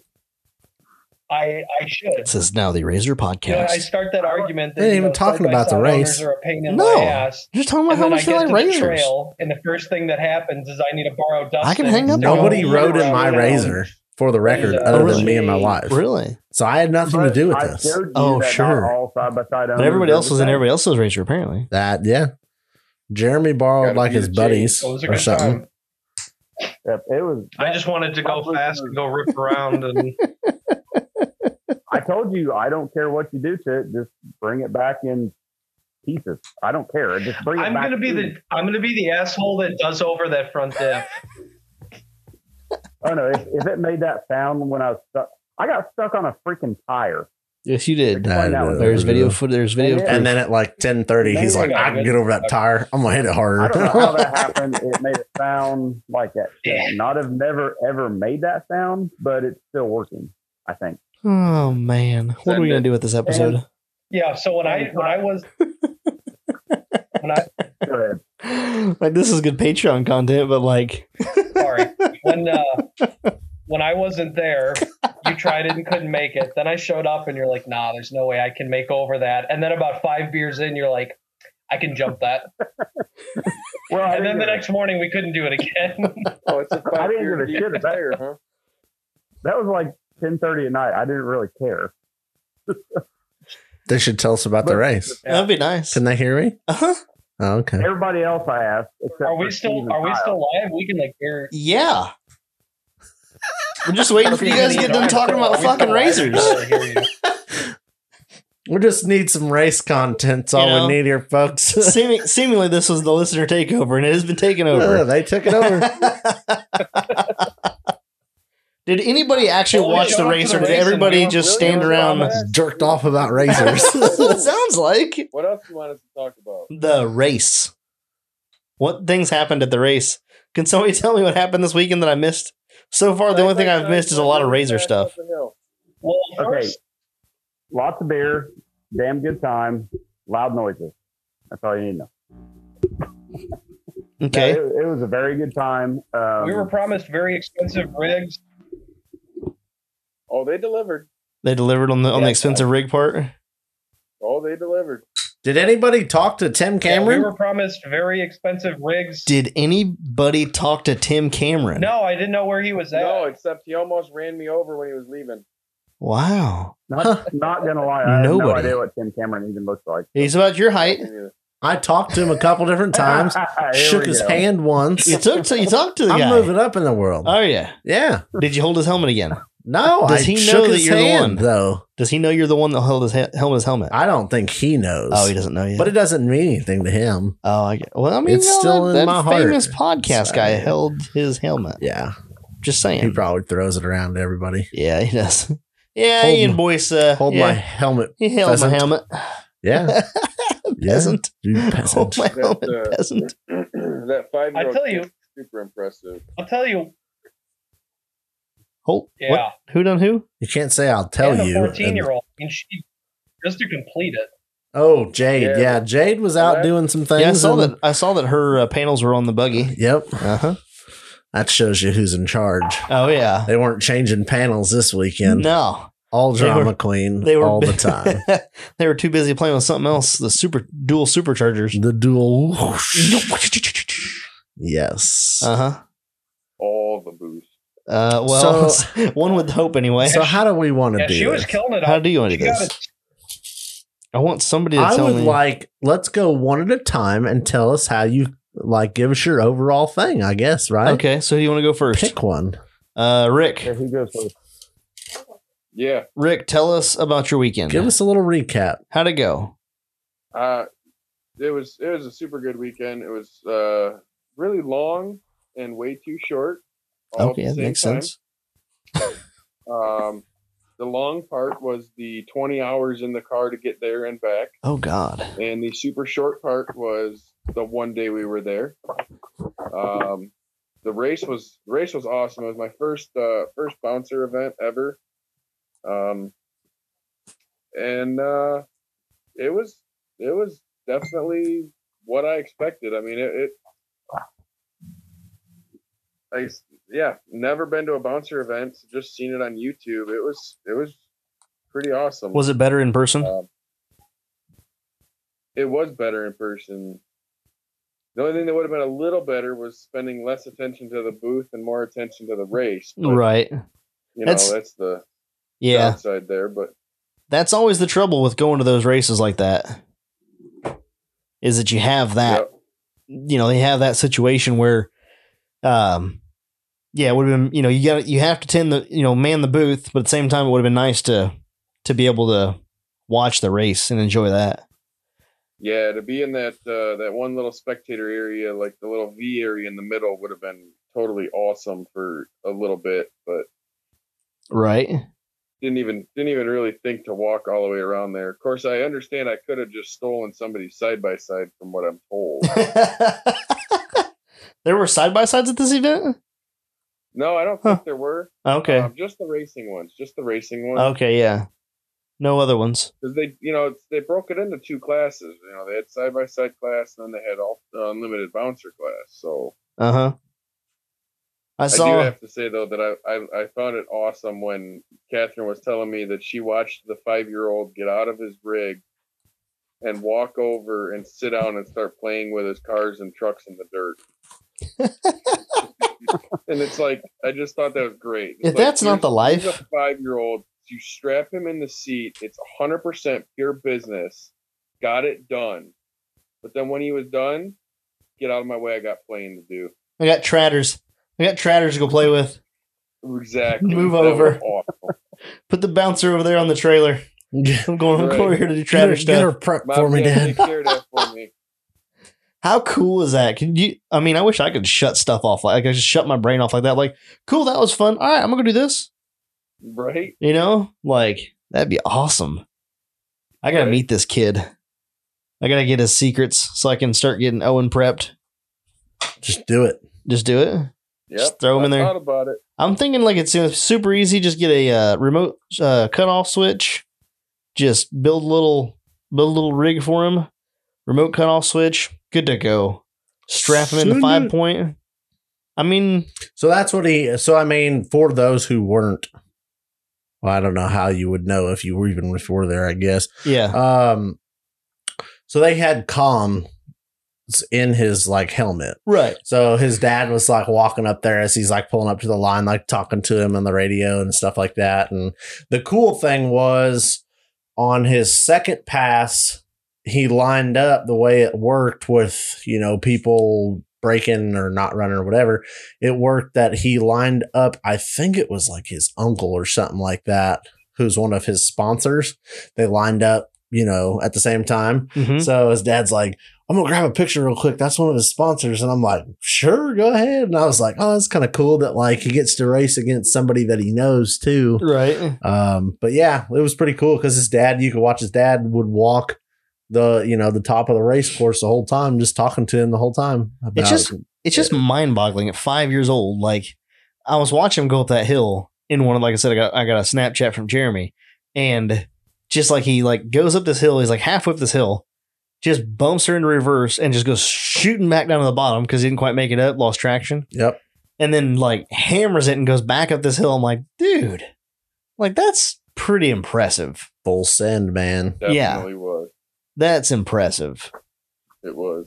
I I should.
This is now the Razor
Yeah, I
podcast.
start that argument.
They ain't even talking about the
side-by-side
race.
owners Are a pain in
No.
my ass.
Just talking about
And
how
then I
much you
get
like
to the
razors.
trail, and the first thing that happens is I need to borrow Dustin.
I can hang up
to go
Nobody
all
rode in
around
my
town.
razor for the record,
Yeah.
other
Really?
than me and my wife.
Really?
So I had nothing to
Oh, But
do with
I
this.
showed you
Oh,
that not
sure.
All side by side.
But everybody else was in everybody else's razor, apparently.
That yeah. Jeremy borrowed
Gotta
like
be
his
the
buddies
Those are
or
good
something.
time.
Yep, it was.
I just wanted to go fast and go rip around, and
I told you, I don't care what you do to it. Just bring it back in pieces. I don't care. Just bring it
I'm
back.
gonna be
to
the
me.
I'm gonna be the asshole that does over that front diff.
Oh no! If, if it made that sound when I was stuck, I got stuck on a freaking tire.
Yes, you did.
Explain
I
that one.
know.
There's video footage. There's video
And
proof.
And uh, then at like ten thirty, he's like, I can get over that tire. I'm gonna hit it
I
harder.
don't know how that happened. It made it sound like that. should Not have never ever made that sound, but it's still working. I think.
Oh man, what are we gonna do with this episode?
Yeah. So when I when I was when I
Go ahead.
Like this is good Patreon content, but like,
sorry when uh, when I wasn't there, you tried it and couldn't make it. Then I showed up and you're like, Nah, there's no way I can make over that. And then about five beers in, you're like, I can jump that.
Well, I
And
didn't
then the
give a-
next morning we couldn't do it again.
Oh, it's a
I
five
didn't
year
give a shit about-
tire, huh?
that was like ten thirty at night. I didn't really care.
They should tell us about the
But-
race.
that'd be nice.
Can they hear me?
Uh-huh.
Oh, okay.
Everybody else I asked, except
Are we
for
still
Steve and
are we
Kyle.
still live? We can like hear
Yeah. We're just waiting for you guys to get done talking about fucking razors.
We just need some race content. That's all
You know?
we need here, folks.
Seeming, seemingly, this was the listener takeover, and it has been taken
Yeah,
over.
Oh, they took it over.
Did anybody actually
Oh, we
watch
showed
the
up to
race, or
the
did
race and
everybody
Leon
just stand
Williams was
around?
on
Just jerked off about razors.
That's what it sounds like.
What else do you want us to talk about?
the race. What things happened at the race? Can somebody tell me what happened this weekend that I missed? So far, the only thing I've missed is a lot of razor stuff.
Well,
Okay.
first,
Lots of beer, damn good time, loud noises. That's all you need to know. No,
Okay.
it, it was a very good time. Um,
we were promised very expensive rigs.
Oh, they delivered.
They delivered on the on the
Yeah.
expensive rig part.
Oh, they delivered.
Did anybody talk to Tim
We
Cameron?
were promised very expensive rigs.
Did anybody talk to Tim Cameron?
No, I didn't know where he was at.
No, except he almost ran me over when he was leaving.
Wow.
not, not gonna lie, I have no
Nobody.
idea what Tim Cameron even looks like.
He's about your height.
I talked to him a couple
Ah,
different times.
Here
shook
we
his
go.
hand once.
You took to you talked to the
I'm
guy.
moving up in the world.
Oh yeah.
yeah.
Did you hold his helmet again?
No,
Does
I
he know
shook
that
his
you're the
hand
one?
though.
Does he know you're the one that held his he- helmet? His helmet.
I don't think he knows.
oh, he doesn't know yet.
But it doesn't mean anything to him.
oh, I get, well, I mean,
It's
you know,
still in
that,
my
that
heart.
famous podcast
So-
guy held his helmet.
Yeah,
Just
he
saying.
probably throws it around to everybody.
Yeah, he does. Yeah,
Hold
Ian
my-
Boyce. Uh,
Hold
yeah,
my helmet,
He held
pheasant.
my helmet.
yeah, yeah,
Peasant.
you
Hold
peasant.
my helmet,
That's, uh,
peasant.
that five year
I
old
tell you,
super impressive.
I'll tell you.
Hold.
Yeah,
What? Who done who?
You can't say I'll tell
and
you.
a
and-
14 year old, and she just to complete it.
oh, Jade, yeah.
Yeah.
Jade was out
Yeah.
doing some things.
Yeah, I saw
and-
that. I saw that her uh, panels were on the buggy.
Yep,
Uh huh.
that shows you who's in charge.
Oh yeah.
They weren't changing panels this weekend.
No,
All
They were-
drama queen,
they were
all the time.
they were too busy playing with something else. The super dual superchargers.
the dual. Yes.
Uh huh.
All the boost.
Uh, well, one would hope anyway.
so how do we want to
Yeah,
do
she was
this?
killing it.
How
I-
do you want to
she
do
got
this?
it.
I want somebody to
I
tell
would
me.
like let's go one at a time and tell us how you like give us your overall thing, I guess, right?
okay, so do you want to go first?
Pick one.
Uh,
Okay,
Rick,
who goes first?
Yeah.
Rick, tell us about your weekend.
Give us a little recap.
How'd it go?
Uh, it was it was a super good weekend. It was uh, really long and way too short. all at
Okay,
the
that
same
makes
time.
sense.
Um, the long part was the 20 hours in the car to get there and back.
Oh God.
And the super short part was the one day we were there. Um, the race was the race was awesome. It was my first uh, first bouncer event ever. Um, and uh, it was it was definitely what I expected. I mean, it. it I s- yeah, never been to a bouncer event. Just seen it on YouTube. It was it was pretty awesome
Was it better in person?
Um, it was better in person. The only thing that would have been a little better was spending less attention to the booth and more attention to the race. But,
right.
You know,
That's-
that's, the
Yeah.
downside there. But
That's always the trouble with going to those races like that. Is that you have that
yeah,
you know, they have that situation where um yeah, it would have been you know, you got you have to tend the you know, man the booth, but at the same time it would have been nice to to be able to watch the race and enjoy that.
yeah, to be in that uh, that one little spectator area, like the little V area in the middle, would have been totally awesome for a little bit. But
Right.
didn't even didn't even really think to walk all the way around there. Of course, I understand I could have just stolen somebody's side by side, from what I'm told.
there were side by sides at this event?
no, I don't think there were.
Okay.
Um, just the racing ones. Just the racing ones.
Okay, yeah. No other ones.
because they you know it's, they broke it into two classes you know they had side by side class and then they had all uh, unlimited bouncer class so
Uh huh. I
I,
saw.
do have to say though that I, I i found it awesome when catherine was telling me that she watched the five year old get out of his rig and walk over and sit down and start playing with his cars and trucks in the dirt and it's like i just thought that was great It's
If
like,
that's not
here's-
the life-
here's a five year old you strap him in the seat it's 100% pure business got it done but then when he was done get out of my way i got playing to do
I got tratters. I got tratters to go play with.
Exactly.
Move
That was
over.
awful.
Put the bouncer over there on the trailer.
Get
I'm going, I'm
Right.
going over here to do
her,
tratter
get her
stuff.
prep
Mom,
for me,
Dad,
Dad.
Take care of that for me.
How cool is that? Can you? I mean, I wish I could shut stuff off. Like I could just shut my brain off like that. Like, cool, that was fun. All right, I'm gonna go do this.
Right?
You know, like that'd be awesome. I gotta
Right.
meet this kid. I gotta get his secrets so I can start getting Owen prepped.
Just do it.
Just do it.
Yep.
Just throw him
I
in there.
Thought about it.
I'm thinking like it's uh, super easy. Just get a uh, remote uh, cutoff switch. Just build a little build a little rig for him. Remote cutoff switch. Good to go. Strap him into
Soon-
five point. I mean,
So that's what he. So I mean, for those who weren't, well, I don't know how you would know if you were even before there. I guess.
yeah,
Um, so they had comms in his like helmet.
right.
So his dad was like walking up there as he's like pulling up to the line, like talking to him on the radio and stuff like that. And the cool thing was on his second pass, he lined up the way it worked with, you know, people breaking or not running or whatever. It worked that he lined up, I think it was like his uncle or something like that, who's one of his sponsors. They lined up, you know, at the same time.
Mhm.
So his dad's like, I'm gonna grab a picture real quick. That's one of his sponsors. And I'm like, sure, go ahead. And I was like, oh, that's kind of cool that like he gets to race against somebody that he knows too.
Right.
Um, but yeah, it was pretty cool because his dad, you could watch his dad would walk the you know the top of the race course the whole time, just talking to him the whole time. About,
just- It's just mind boggling at five years old. Like I was watching him go up that hill in one of like I said, I got I got a Snapchat from Jeremy. And just like he like goes up this hill, he's like halfway up this hill, just bumps her into reverse and just goes shooting back down to the bottom because he didn't quite make it up, lost traction,
yep,
and then like hammers it and goes back up this hill. I'm like, dude, like that's pretty impressive.
full send, man.
Yeah.
Definitely was.
That's impressive.
It was.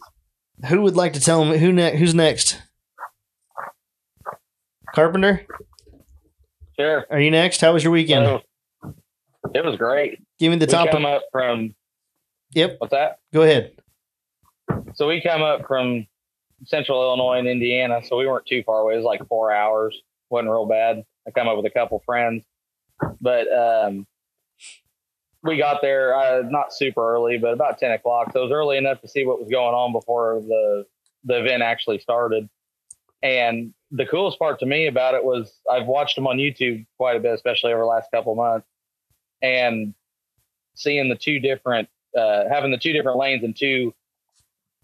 Who would like to tell me who ne- who's next? Carpenter,
Sure.
are you next? How was your weekend?
So, it was great.
Give me the
we
top.
come up from
Yep.
what's that?
Go ahead.
So we come up from central Illinois and Indiana, so we weren't too far away. It was like four hours. wasn't real bad. I come up with a couple friends, but um, we got there uh, not super early, but about ten o'clock. So it was early enough to see what was going on before the the event actually started. And the coolest part to me about it was I've watched them on YouTube quite a bit, especially over the last couple months, and seeing the two different, uh, having the two different lanes and two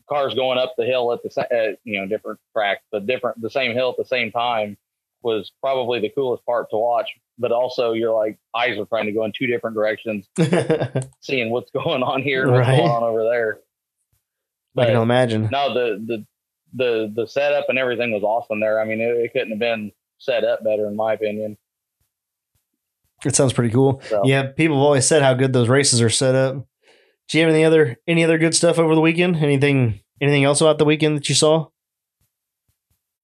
cars going up the hill at the sa- uh, you know different tracks, but different the same hill at the same time was probably the coolest part to watch. But also, you're like eyes are trying to go in two different directions,
I
seeing what's going on here, and what's
Right.
going on over there. But-
can imagine.
no, the the the the setup and everything was awesome there. I mean, it, it couldn't have been set up better, in my opinion.
It sounds pretty cool.
So
Yeah, people have always said how good those races are set up. Do you have any other any other good stuff over the weekend? Anything anything else about the weekend that you saw?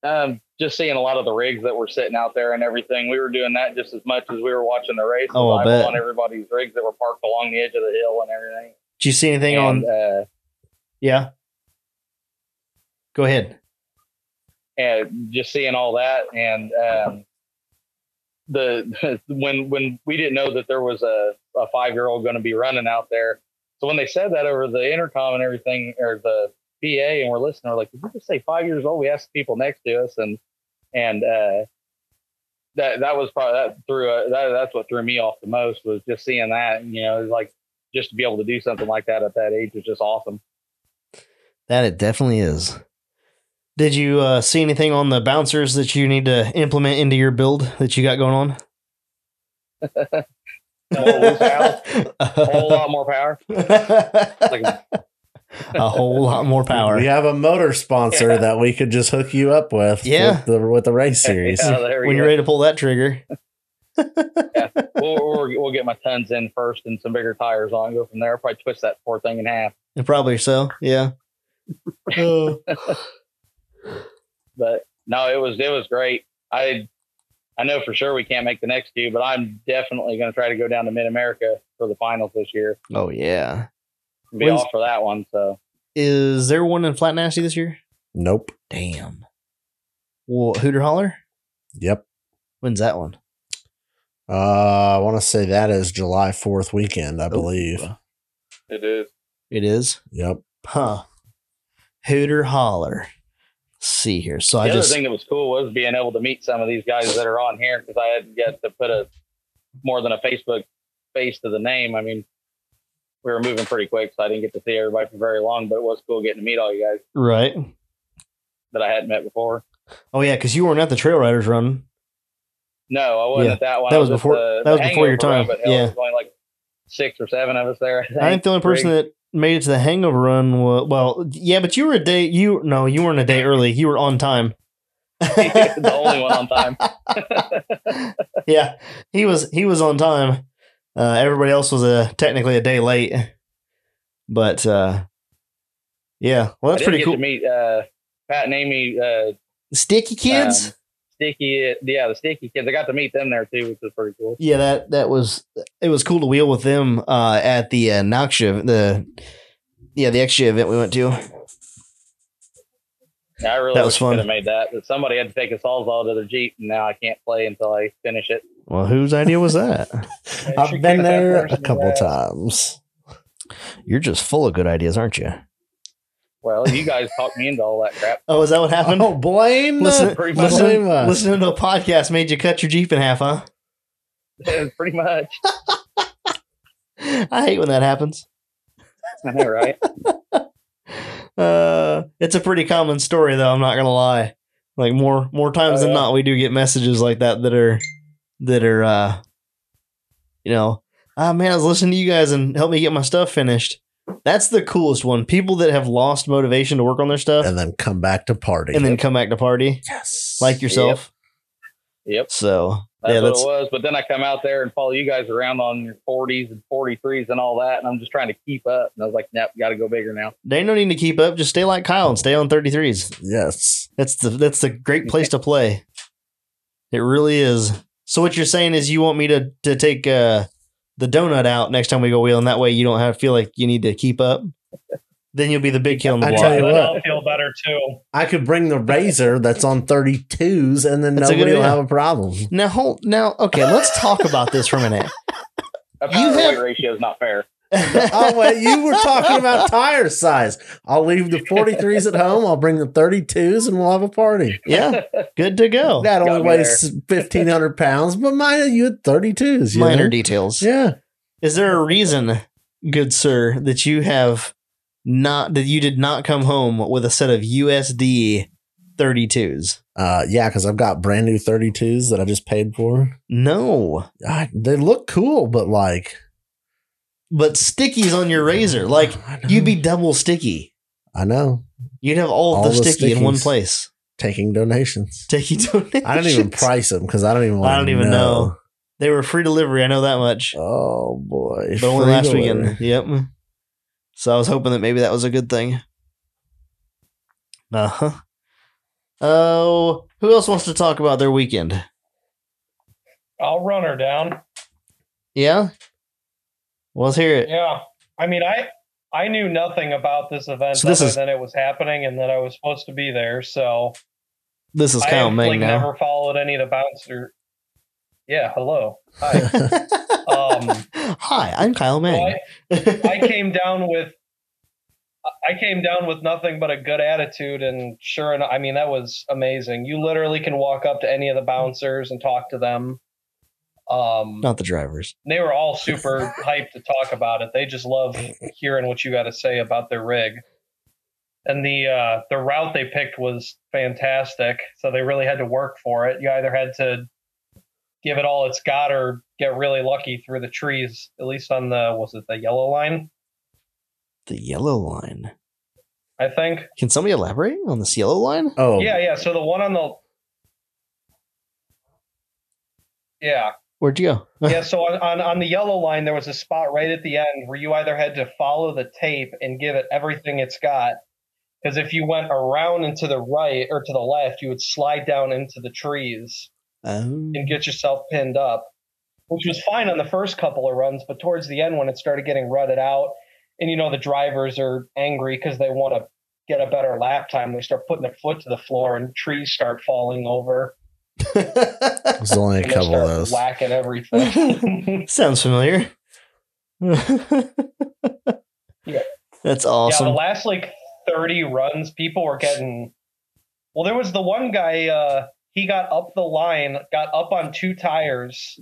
um, just seeing a lot of the rigs that were sitting out there and everything, we were doing that just as much as we were watching the race.
Oh, I bet.
On everybody's rigs that were parked along the edge of the hill and everything.
Did you see anything on?
and, Uh,
Yeah. Go ahead.
and just seeing all that and um, the when when we didn't know that there was a, a five year old going to be running out there so when they said that over the intercom and everything or the pa and we're listening we're like did you just say five years old we asked the people next to us and and uh that that was probably that threw uh, that, that's what threw me off the most was just seeing that you know it's like just to be able to do something like that at that age is just awesome
That it definitely is. Did you uh, see anything on the bouncers that you need to implement into your build that you got going on?
More horsepower, a whole lot more power
a whole lot more power.
We have a motor sponsor
Yeah.
that we could just hook you up with.
Yeah.
With the, with the race series.
Yeah, there we
When
go.
you're ready to pull that trigger,
we'll, we'll, we'll get my tons in first and some bigger tires on. Go from there. Probably twist that poor thing in half.
probably so. Yeah. Oh,
But no, it was it was great. I I know for sure we can't make the next two, but I'm definitely going to try to go down to Mid America for the finals this year.
oh yeah.
Be
When's-
off for that one. So
Is there one in Flat Nasty this year?
Nope.
Damn. Well, Hooter Holler.
Yep.
When's that one?
Uh, I want to say that is July 4th weekend, I
Oh.
believe.
It is.
It is.
Yep.
Huh. Hooter Holler. Let's see here. So
the
I
other
just
thing that was cool was being able to meet some of these guys that are on here because I hadn't got to put a more than a Facebook face to the name. I mean, we were moving pretty quick, so I didn't get to see everybody for very long. But it was cool getting to meet all you guys
right.
that I hadn't met before.
Oh yeah, because you weren't at the Trail Riders run.
No, I wasn't
Yeah,
at that one.
that
I
was
at
before-
the-
that was
the
before your
hangover
time.
Run, but hell,
Yeah.
there was only like six or seven of us there. I think,
I think the only person that made it to the Hangover Run was well, yeah, but you were a day. You no, you weren't a day early. You were on time.
the only one on time.
yeah, he was he was on time. Uh, everybody else was uh, technically a day late, but uh, yeah, well,
I
that's
did
pretty
get
cool.
To meet uh, Pat and Amy, uh,
Sticky kids.
um, Sticky, yeah, the Sticky kids. I got to meet them there too, which was pretty cool.
yeah, that that was it was cool to wheel with them uh, at the uh, Noxia the yeah the extra event we went to.
Yeah, I really
That was
wish I
fun.
could have made that, but somebody had to take a sawzall to their Jeep, and now I can't play until I finish it.
Well, whose idea was that?
I've been there a couple
times.
times.
You're just full of good ideas, aren't you?
Well, you guys talked me into all that crap.
Oh, is that what happened?
Oh, blame
Listen-
pretty much.
listen-
Blame us.
Listening to a podcast made you cut your Jeep in half, huh?
pretty much.
I hate when that happens.
I know, right?
Uh, it's a pretty common story, though. I'm not gonna lie. Like more more times
Oh,
than
yeah.
not, we do get messages like that that are that are uh, you know, ah man, I was listening to you guys and help me get my stuff finished. That's the coolest one. People that have lost motivation to work on their stuff
and then come back to party.
and then come back to party
yes.
like yourself.
Yep.
So
That's
yeah,
what
that's
it was. But then I come out there and follow you guys around on your 40s and 43s and all that. And I'm just trying to keep up. And I was like, nope, got to go bigger now.
they ain't no need to keep up. Just stay like Kyle and stay on 33s.
Yes.
That's the that's the great place to play. It really is. So what you're saying is you want me to to take uh, the donut out next time we go wheeling. That way you don't have to feel like you need to keep up. Then you'll be the big kid on the
I
block.
tell you
Then
uh,
what.
I'll feel better too.
I could bring the razor that's on 32s and then
That's a good
nobody will
idea.
have a problem.
Now hold now okay. Let's talk about this for a minute.
That
You
power to
have-
weight ratio is not fair.
Oh wait, you were talking about tire size. I'll leave the 43s at home. I'll bring the 32s, and we'll have a party.
yeah, good to go.
that
got
only
me
weighs 1,500 pounds, but mine you had 32s. You
Minor
know?
details.
Yeah.
Is there a reason, good sir, that you have not that you did not come home with a set of USD 32s?
Uh, yeah, because I've got brand new 32s that I just paid for.
No.
I, they look cool, but like
But stickies on your razor, like
I know.
you'd be double sticky.
I know
You'd have all, of
All
the,
the
sticky in one
stickies.
place.
taking donations.
Take you to
I don't even price them because I don't even.
I don't
wanna
even know. They were free delivery. I know that much.
Oh boy!
but only
Free
last
delivery.
weekend. Yep. So I was hoping that maybe that was a good thing. Uh huh. Oh, who else wants to talk about their weekend?
I'll run her down.
Yeah. Well, let's hear it.
Yeah. I mean, I I knew nothing about this event
So this
other
is-
than it was happening and that I was supposed to be there. So
This is
I
Kyle
have, like
Mang now.
never followed any of the bouncer. Yeah. Hello. Hi. um,
Hi, I'm Kyle
so
Mang.
I, I came down with I came down with nothing but a good attitude and sure enough I mean that was amazing. You literally can walk up to any of the bouncers and talk to them. Um
Not the drivers.
they were all super hyped to talk about it. They just love hearing what you got to say about their rig. And the uh, the route they picked was fantastic. So they really had to work for it. You either had to give it all it's got or get really lucky through the trees. At least on the was it the yellow line?
The yellow line.
I think.
Can somebody elaborate on this yellow line?
Oh
Yeah, yeah. So the one on the yeah.
Where'd you go?
yeah, so on, on, on the yellow line, there was a spot right at the end where you either had to follow the tape and give it everything it's got. Because if you went around and to the right or to the left, you would slide down into the trees
Um,
and get yourself pinned up, which was fine on the first couple of runs. But towards the end, when it started getting rutted out, and you know, the drivers are angry because they want to get a better lap time, they start putting their foot to the floor and trees start falling over.
there's only a
and they
couple of
start
those.
Whacking everything.
Sounds familiar. yeah. That's
Yeah,
awesome.
the last like 30 runs, people were getting. Well, there was the one guy, uh, he got up the line, got up on two tires,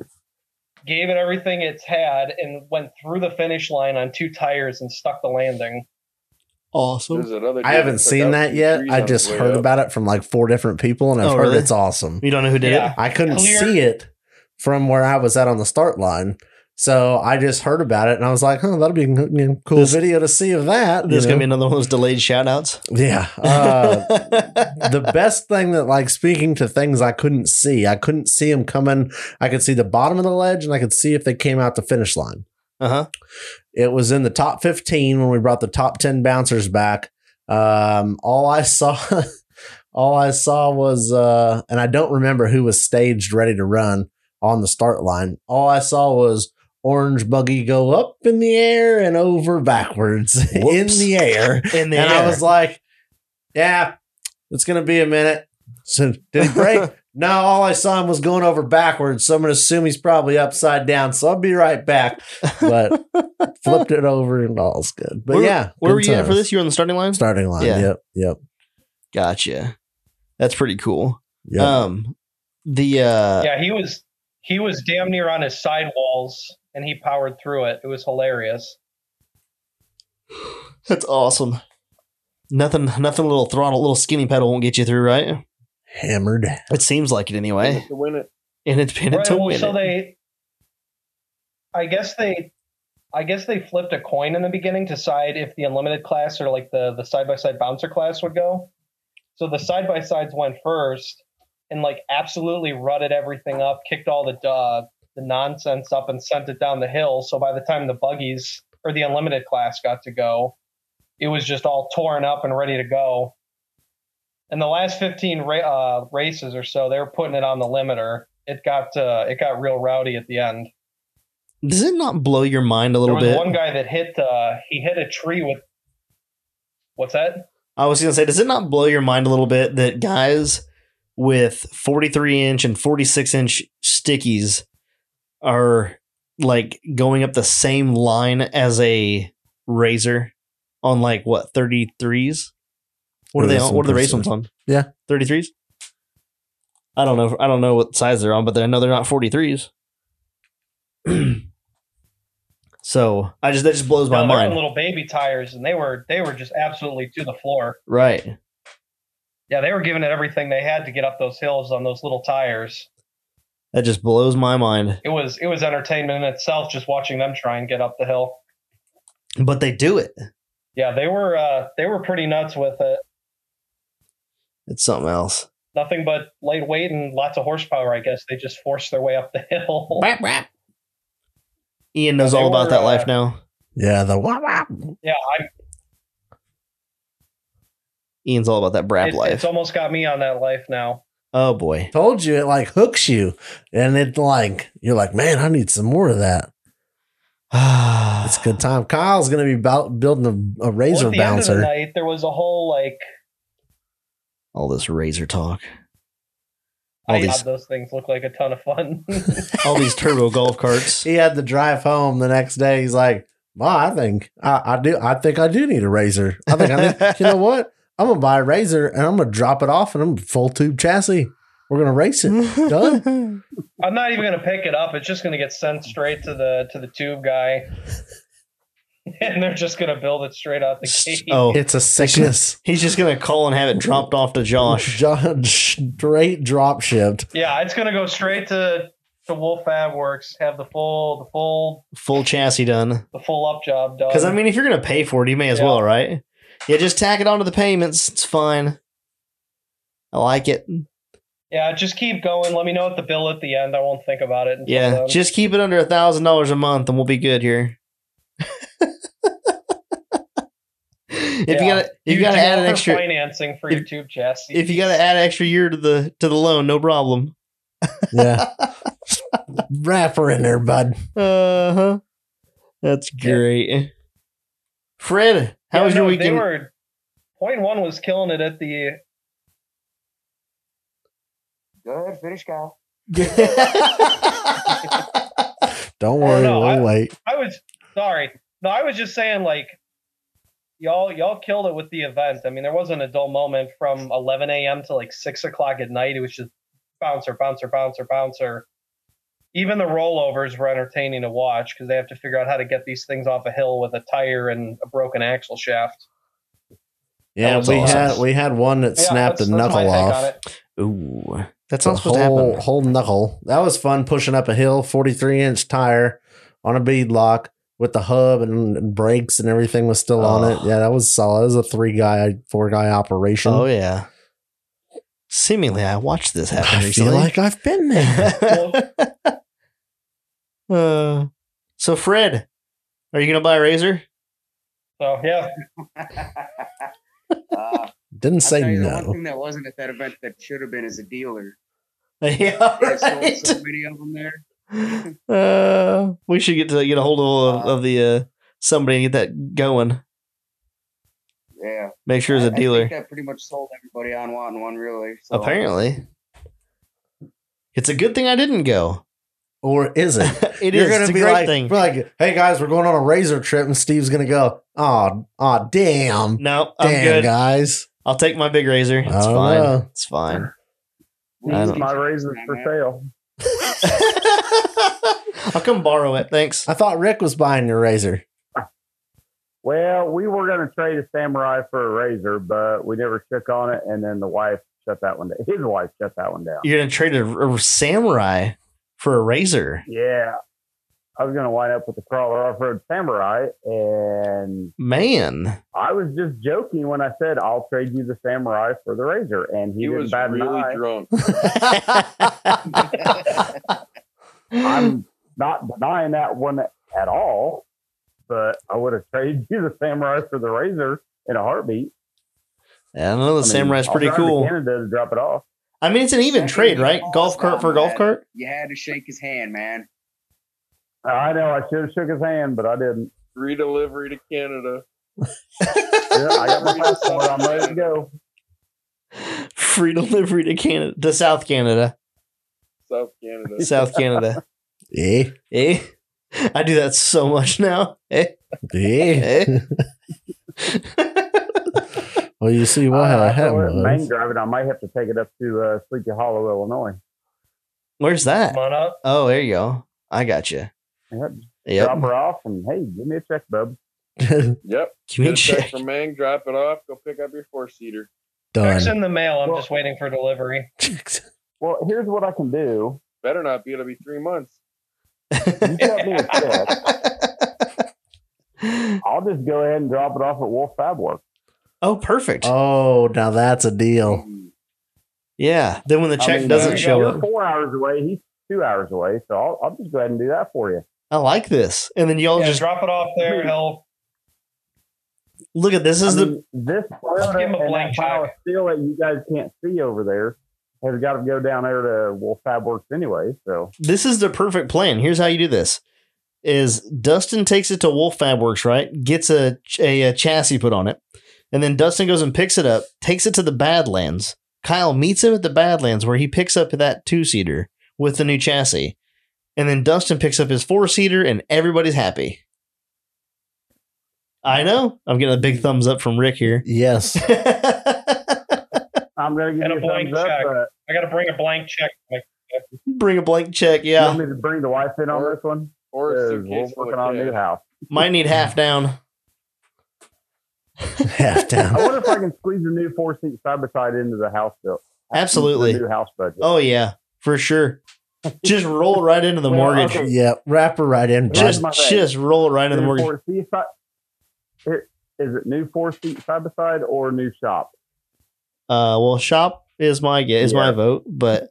gave it everything it's had, and went through the finish line on two tires and stuck the landing.
awesome.
There's another
I
dude
haven't
that took
seen
out
that
some
yet.
trees
I
on his
just
way
heard
up.
about it from like four different people, and I've
Oh,
heard
really?
it's awesome.
You don't know who did
Yeah.
it?
I couldn't
Clear-
see it from where I was at on the start line. So I just heard about it and I was like, oh, that'll be a you know, cool
This-
video to see of that. you
There's gonna be
know?
another one of those delayed shout outs.
yeah. Uh, the best thing that, like, speaking to things I couldn't see, I couldn't see them coming. I could see the bottom of the ledge and I could see if they came out the finish line.
uh-huh.
It was in the top 15 when we brought the top 10 bouncers back. Um, all I saw, all I saw was, uh, and I don't remember who was staged ready to run on the start line. All I saw was orange buggy go up in the air and over backwards in
Whoops.
the air.
In the
and
air.
I was like, yeah, it's going to be a minute. So did he break? no, all I saw him was going over backwards. So I'm going to assume he's probably upside down. So I'll be right back. But flipped it over and all's good. But
Where-
yeah.
Where
good
were you at for
times.
this? You were on the starting line?
Starting line.
Yeah.
Yep. Yep.
Gotcha. That's pretty cool.
Yep.
Um the uh
yeah, he was he was damn near on his sidewalls and he powered through it. It was hilarious.
that's awesome. Nothing nothing little throttle, little skinny pedal won't get you through, right?
Hammered.
It seems like it anyway.
To win it.
And it's been
Right,
to
well,
win
so
it.
they I guess they I guess they flipped a coin in the beginning to decide if the unlimited class or like the the side by side bouncer class would go. So the side by sides went first and like absolutely rutted everything up, kicked all the uh, the nonsense up and sent it down the hill. So by the time the buggies or the unlimited class got to go, it was just all torn up and ready to go. And the last 15 ra- uh, races or so, they were putting it on the limiter. It got uh, it got real rowdy at the end.
Does it not blow your mind a
There
little
was
bit?
one guy that hit uh, he hit a tree with what's that?
I was gonna say, does it not blow your mind a little bit that guys with 43 inch and 46 inch stickies are like going up the same line as a razor on like what 33s? What are they
Race
on? What are the
one
race
percent.
ones on?
Yeah.
33s? I don't know. I don't know what size they're on, but I know they're not 43s. so I just that just blows my
No, they're on
mind.
little baby tires, and they were they were just absolutely to the floor.
right.
Yeah, they were giving it everything they had to get up those hills on those little tires.
That just blows my mind.
It was it was entertainment in itself just watching them try and get up the hill.
But they do it.
Yeah, they were uh, they were pretty nuts with it.
It's something else.
Nothing but light weight and lots of horsepower. I guess they just forced their way up the hill.
Ian knows
They
all about
were,
that
uh,
life now.
Yeah, the wah, wah.
Yeah, I'm,
Ian's all about that brap
it,
life.
it's almost got me on that life now.
oh boy.
told you it like hooks you, and it like you're like, man, I need some more of that.
it's
It's a good time. Kyle's gonna be about building a, a
Well,
razor
at the end of
bouncer.
the night, there was a whole like
All this razor talk. All
I God,
these
those things look like a ton of fun.
all these turbo golf carts.
He had to drive home the next day. He's like, well, I think I, I do. I think I do need a razor. I think I need, you know what? I'm gonna buy a razor and I'm gonna drop it off and I'm full tube chassis. We're gonna race it. Done.
I'm not even gonna pick it up. It's just gonna get sent straight to the to the tube guy, and they're just gonna build it straight out the gate.
Oh,
It's a sickness.
he's just gonna call and have it dropped off to Josh.
John, straight drop shipped.
Yeah, it's gonna go straight to to Wolf Fab Works. Have the full the full
Full chassis done.
the full up job done.
Because I mean, if you're gonna pay for it, you may as
Yeah.
well, right? Yeah, just tack it onto the payments. It's fine. I like it.
yeah, just keep going. Let me know at the bill at the end. I won't think about it. until
Yeah,
then.
just keep it under a thousand dollars a month, and we'll be good here. if you
Yeah.
gotta, if you gotta
can
add an
offer
extra.
financing for
if-
your tube chassis.
if you got to add an extra year to the to the loan, no problem.
Yeah. Wrap her in there, bud.
Uh huh. That's great. Fred, how
Yeah,
was your
no, They
weekend?
were point one was killing it at the
Go ahead, finish, Kyle.
Don't worry,
no,
we'll
I-
wait.
I was sorry. No, I was just saying like y'all y'all killed it with the event. I mean, there wasn't a dull moment from 11 a.m. to like six o'clock at night. It was just bouncer, bouncer, bouncer, bouncer. Even the rollovers were entertaining to watch because they have to figure out how to get these things off a hill with a tire and a broken axle shaft.
Yeah,
was
we
awesome.
had we had one that
Yeah,
snapped
that's-
a
that's my
knuckle
take on
off.
it.
Ooh, that's not
The
supposed
whole,
to happen. Oh,
Whole knuckle. That was fun pushing up a hill, 43 inch tire on a bead lock with the hub and, and brakes and everything was still on it.
Oh.
Yeah, that was solid. It was a three guy, four guy operation.
Oh yeah. Seemingly, I watched this happen
I feel
recently.
like I've been there.
uh, so Fred, are you gonna buy a razor?
So yeah,
uh,
Didn't
I'll
say
tell you the one
no.
thing that wasn't at that event that should have been is a dealer.
yeah,
They sold
right.
so many of them there.
uh, we should get to get a hold of, of the uh, somebody and get that going.
Yeah.
Make sure it's a
I- I
dealer.
think that pretty much sold everybody on wanting one, really. So.
Apparently, it's a good thing I didn't go.
Or is it?
It
You're
is,
gonna
it's a
be
great
like,
thing.
we're like, hey guys, we're going on a razor trip, and Steve's gonna go, oh, oh, damn,
No, I'm
damn,
good.
guys.
I'll take my big razor. It's
I don't
fine.
know.
It's fine. I don't-
My razor's for sale.
I'll come borrow it. Thanks.
I thought Rick was buying your razor.
Well, we were going to trade a samurai for a razor, but we never shook on it. And then the wife shut that one down. His wife shut that one down.
You're gonna trade a, a samurai for a razor.
Yeah. I was going to wind up with the crawler off road samurai. And
Man,
I was just joking when I said, I'll trade you the samurai for the razor. And he,
He
didn't
was
bat an
really
eye.
drunk.
I'm not denying that one at all, but I would have traded you the samurai for the razor in a heartbeat.
I don't know. The
I mean,
samurai's
I'll
pretty
drive to
cool.
Canada to drop it off.
I mean, it's an even
Second
trade,
he
right?
falls
Golf cart
down
for golf
bad.
cart.
You had to shake his hand, man.
I know I should have shook his hand, but I didn't.
Free delivery to Canada.
Yeah, I got my passport. I'm ready to go.
Free delivery to Canada, to South Canada,
South Canada.
South Canada.
Eh?
Eh? I do that so much now. Eh,
Yeah.
eh.
Well, you see
Uh,
why I, have
main
one.
driving. I might have to take it up to uh, Sleepy Hollow, Illinois.
Where's that?
Come on up.
Oh, there you go. I got you.
Yep. Drop
Yep.
her off and hey, give me a check, bub.
Yep.
Give me a
Get a check
check.
from Mang, drop it off, go pick up your four seater.
Check's
Done.
in the mail. I'm
Well-
just waiting for delivery.
Well, here's what I can do.
Better not be, it'll be three months.
You got me a check. I'll just go ahead and drop it off at Wolf Fab Works.
oh, perfect.
Oh, now that's a deal.
Yeah. Then when the
I
check
mean,
doesn't
you're-
show
you're
up,
Four hours away. He's two hours away. So I'll, I'll just go ahead and do that for you.
I like this. And then y'all
Yeah,
just
drop it off there. He'll
look at this
I
is the
mean, this Toyota
give him a
and
blank
that pile of steel that you guys can't see over there has got to go down there to Wolf Fab Works anyway. So
this is the perfect plan. Here's how you do this: is Dustin takes it to Wolf Fab Works, right? Gets a, a a chassis put on it, and then Dustin goes and picks it up, takes it to the Badlands. Kyle meets him at the Badlands where he picks up that two seater with the new chassis, and then Dustin picks up his four seater, and everybody's happy. I know. I'm getting a big thumbs up from Rick here.
Yes.
I'm going to give you a
And a blank
thumbs up.
check.
Uh,
I gotta bring a blank check. Like,
Bring a blank check.
You
Yeah,
want me to bring the wife in on
Or-
this one?
Or a
Because
suitcase
we're
full
working on a new
of cash.
house.
might need half down.
Half
I
down.
wonder if I can squeeze the new four seat side by side into the house bill.
Absolutely.
The new house budget.
Oh yeah, for sure. Just roll right into the
Well,
mortgage.
okay.
Yeah. Wrap her right in.
Just
Here's my thing.
just roll right into the
New
mortgage.
four seat side- Here- Is it new four seat side by side or new shop?
Uh, well, shop is my guess, is my
Yeah.
vote, but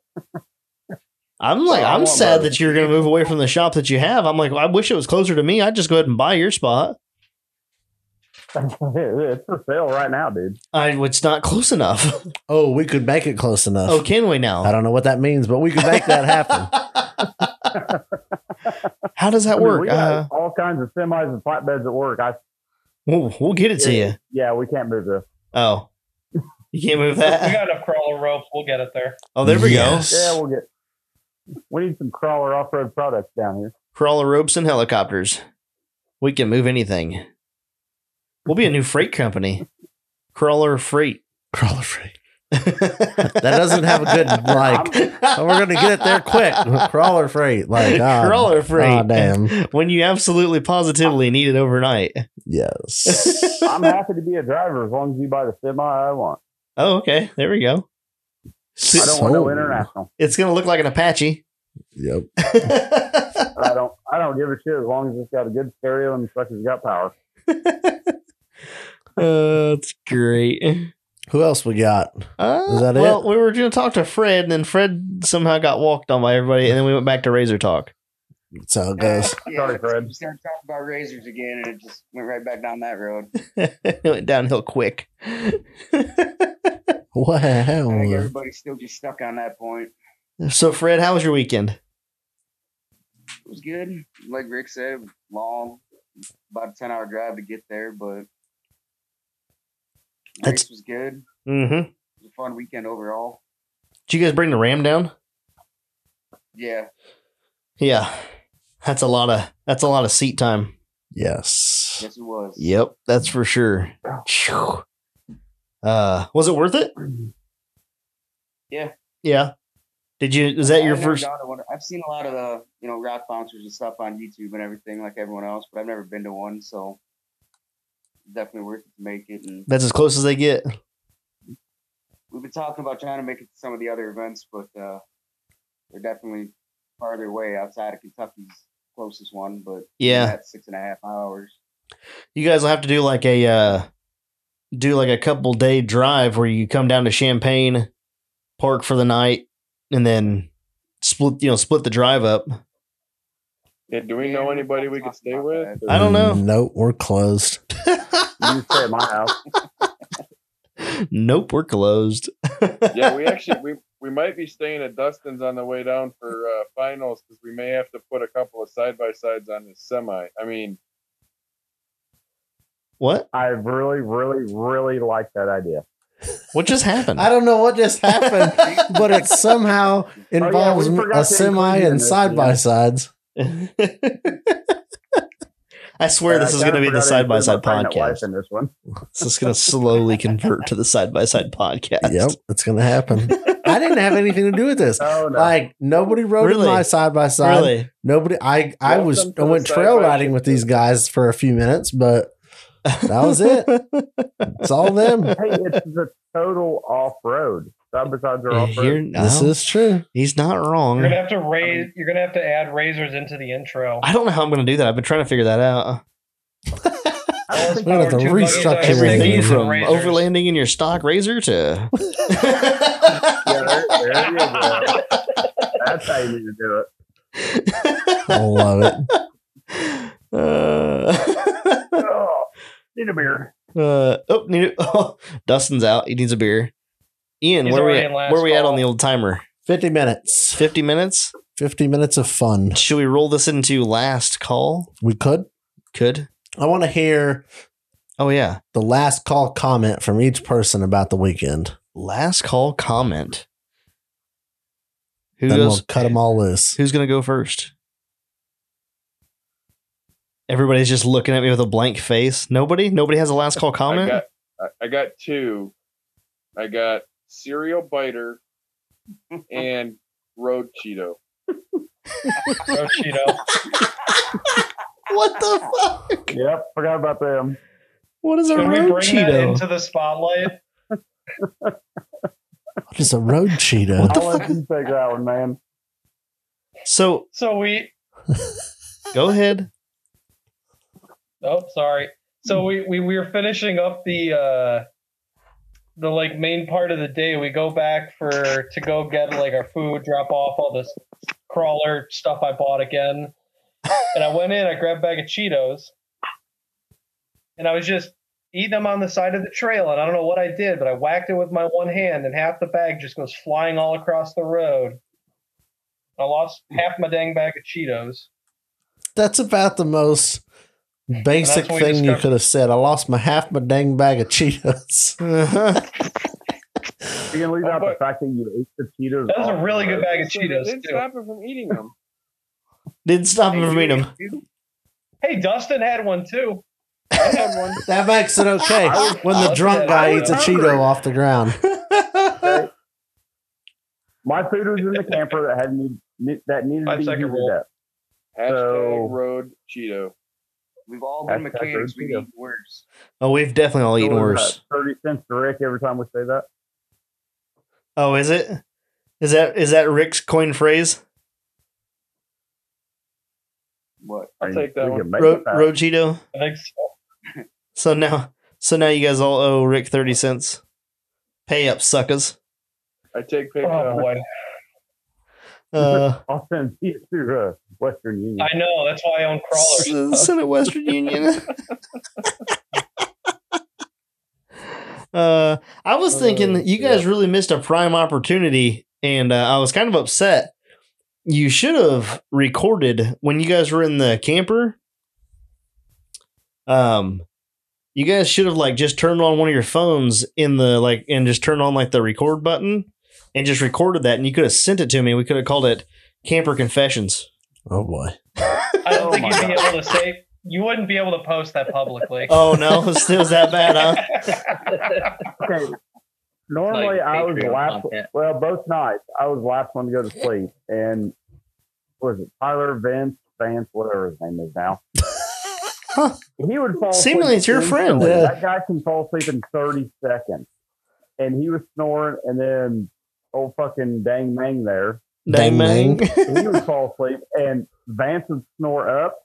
I'm like
Well, I
I'm
want
sad
both.
that you're gonna move away from the shop that you have. I'm like I wish it was closer to me. I'd just go ahead and buy your spot.
it's for sale right now, dude.
I it's not close enough.
Oh, we could make it close enough.
oh, can we now?
I don't know what that means, but we could make that happen.
How does
I
that
mean,
work?
we got
uh,
all kinds of semis and flatbeds at work. I
we'll, we'll get it to you.
yeah, we can't move this.
Oh, you can't move
we
that.
got enough crawler rope. We'll get it there.
Oh, there we go.
Yes.
Yeah, we'll get. We need some crawler off road products down here.
crawler ropes and helicopters. We can move anything. We'll be a new freight company. Crawler freight.
Crawler free.
that
That doesn't have a good like. oh, we're gonna get it there quick. Crawler freight. Like ah,
Crawler freight.
ah, damn.
When you absolutely positively need it overnight.
Yes.
I'm happy to be a driver as long as you buy the semi I want.
Oh, okay. There we go.
I don't
So-
want no international.
It's gonna look like an Apache.
Yep. Uh,
I don't. I don't give a shit as long as it's got a good stereo and the sucker's got power.
Oh, that's great.
Who else we got?
Uh,
Is that it?
Well, we were gonna talk to Fred, and then Fred somehow got walked on by everybody, and then we went back to Razor Talk.
That's how it goes.
Sorry, Fred.
We started talking about razors again, and it just went right back down that road.
it went downhill quick.
I think
Wow.
everybody's still just stuck on that point.
So, Fred, how was your weekend?
It was good, like Rick said, long, about a ten-hour drive to get there, but
That's-
race was good. It
Mm-hmm.
was a fun weekend overall.
Did you guys bring the Ram down?
Yeah,
Yeah, that's a lot of that's a lot of seat time.
Yes.
yes, it was.
Yep, that's for sure. Phew. Uh, was it worth it?
Yeah.
Yeah. Did you? Is that your
I've never
first?
gone to one- I've seen a lot of the you know rock bouncers and stuff on YouTube and everything, like everyone else, but I've never been to one, so definitely worth it to make it. And
That's as close as they get.
we've been talking about trying to make it to some of the other events, but uh, they're definitely farther away outside of Kentucky's closest one. But
Yeah.
that's six and a half hours.
You guys will have to do like a uh, do like a couple day drive where you come down to Champagne, park for the night, and then split you know split the drive up.
Yeah, do we know anybody we could stay with?
I don't know.
Nope. We're closed.
You can stay at my house.
Nope, we're closed.
yeah, we actually we we might be staying at Dustin's on the way down for uh, finals because we may have to put a couple of side by sides on his semi. I mean,
What?
I really, really, really like that idea.
What just happened?
I don't know what just happened, but it somehow
yeah,
involves
we forgot
a
to include
semi
you in
and
this,
side by sides.
I swear this is going to be the side by side podcast.
In this one.
This is going to slowly convert to the side by side podcast.
Yep, it's gonna happen. I didn't have anything to do with this.
Oh no!
Like nobody rode
Really?
in my side by side.
Really?
Nobody. I I
Welcome
was
to
I
the
went
side
trail
by
riding with these guys for a few minutes, but That was it. it's all them.
hey, it's a total off road. Side by sides are off
You're-
road.
no,
This is true.
he's not
You're gonna
wrong.
have to raise. You're gonna have to add razors into the intro.
I don't know how I'm going to do that. I've been trying to figure that out.
We're gonna have to
Two bucks,
restructure
I think,
Everything
and
Razors.
from
razors.
overlanding in your stock razor to
Yeah, there, there you go. That's how you need to do it.
I love it.
Uh,
Oh, need a beer.
Uh, oh, need oh, Dustin's out. He needs a beer. Ian,
He's
where we
already
at?
in last
Where we at on
call.
the old timer?
Fifty minutes.
Fifty minutes.
Fifty minutes of fun.
Should we roll this into last call?
We could.
Could.
I want to hear
Oh yeah.
the last call comment from each person about the weekend.
Last call comment. Who
then
goes?
we'll cut them all loose.
Who's gonna go first? Everybody's just looking at me with a blank face. Nobody. Nobody has a last call
I
comment.
got, I, I got two. I got cereal biter and road Cheeto.
Oh, Cheeto.
what the fuck?
Yep, forgot about them.
What is a
Can we bring
road
that
Cheeto?
into the spotlight?
What is a road cheetah?
What the
I'll let you take that one, man.
so
So we
go ahead.
Oh, sorry. So we, we we were finishing up the uh the like main part of the day. We go back for to go get like our food, drop off all this crawler stuff I bought again. And I went in, I grabbed a bag of Cheetos, and I was just eating them on the side of the trail. And I don't know what I did, but I whacked it with my one hand, and half the bag just goes flying all across the road. I lost half my dang bag of Cheetos.
That's about the most basic
That's what we
thing you
discovered.
could have said. I lost my half my dang bag of Cheetos.
Uh-huh.
You can leave
Oh,
out the
but-
fact that you ate the Cheetos.
That was
off
a really
the
good
road.
bag of
So
Cheetos
Didn't
too.
stop her from eating them.
Didn't stop him from eating him.
Hey, Dustin had one too.
That makes it okay when the
I
drunk
was
guy eats a
hungry.
Cheeto off the ground.
My food was in the camper that had need, need, that needed
Five
to be
second
heated
rule.
up.
Hashtag
So-
road Cheeto.
We've all been
That's- that's
mechanics. We
good.
need words.
Oh, we've definitely all eaten
So it was
worse.
about Thirty cents to Rick every time we say that.
Oh, is it? Is that is that Rick's coin phrase?
What?
I'll
take that
we
one.
Can make
Road
it back.
Road Cheeto.
I think so.
So now, so now you guys all owe Rick thirty cents. Pay up, suckers.
I take
Oh
PayPal.
boy,
Uh,
I'll send you to uh, Western Union.
I know. That's why I own crawlers.
S- Senate Western Union. uh, I was thinking you guys really missed a prime opportunity, and uh, I was kind of upset. You should have recorded when you guys were in the camper. Um, you guys should have like just turned on one of your phones in the like and just turned on like the record button and just recorded that, and you could have sent it to me. We could have called it Camper Confessions.
Oh boy.
I don't
Oh
think
my
you'd be able to say you wouldn't be able to post that publicly.
Oh no, it was, it was that bad, huh?
Okay. Normally,
Like
I was the
Patreon
last.
content.
Well, both nights I was the last one to go to sleep, and what was it Tyler Vince Vance, whatever his name is now? he would fall. asleep
Seemingly it's your friend.
instantly.
Yeah.
That guy can fall asleep in thirty seconds, and he was snoring, and then old fucking dang mang there,
Dang
Dang
Mang.
he would fall asleep, and Vance would snore up,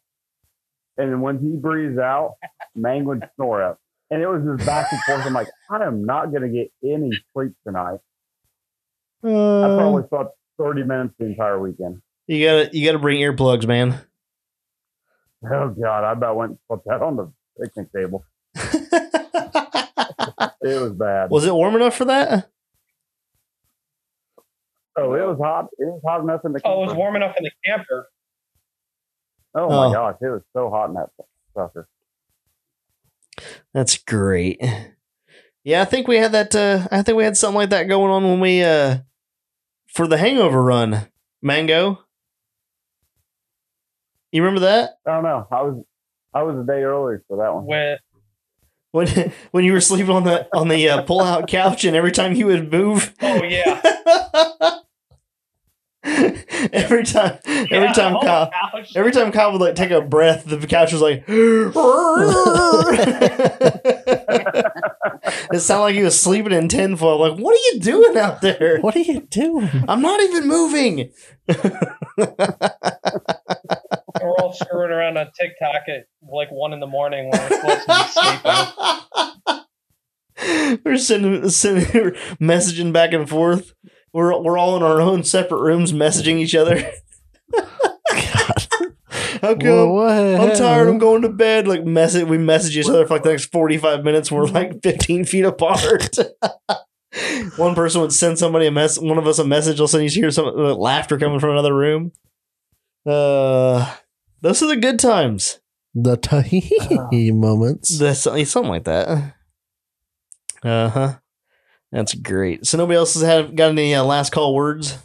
and then when he breathes out, Mang would snore up, and it was just back and forth. I'm like, I am not gonna get any sleep tonight.
Uh,
I probably slept 30 minutes the entire weekend.
you gotta you gotta bring earplugs, man.
Oh God, I about went and slept that on the picnic table. It was bad.
was it warm enough for that?
oh, it was hot. It was hot enough in the.
oh, it was
camper.
warm enough in the camper.
Oh
Oh.
my gosh, it was so hot in that sucker.
That's great. Yeah, I think we had that. Uh, I think we had something like that going on when we uh, for the Hangover run, Mango. You remember that
I don't know. I was I was a day early for that one.
With
when when you were sleeping on the on the uh, pull out couch and every time you would move.
oh yeah,
every time, every
Yeah,
time
oh,
Kyle,
ouch.
every time Kyle would like take a breath, the couch was like. it sounded like he was sleeping in tinfoil. Like, what are you doing out there?
What are you doing?
I'm not even moving.
we're all screwing around on TikTok at like one in the morning when we're supposed to be sleeping.
we're sending, sending we're messaging back and forth. We're we're all in our own separate rooms messaging each other. How come
Well, what
I'm tired, I'm
happened?
going to bed? Like message we message each other for like the next 45 minutes. We're like 15 feet apart. one person would send somebody a mess one of us a message, all of a sudden you hear some uh, laughter coming from another room. Uh those are the good times.
The
Uh-huh.
tahini moments.
That's something like that. Uh huh. That's great. So nobody else has had got any uh, last call words.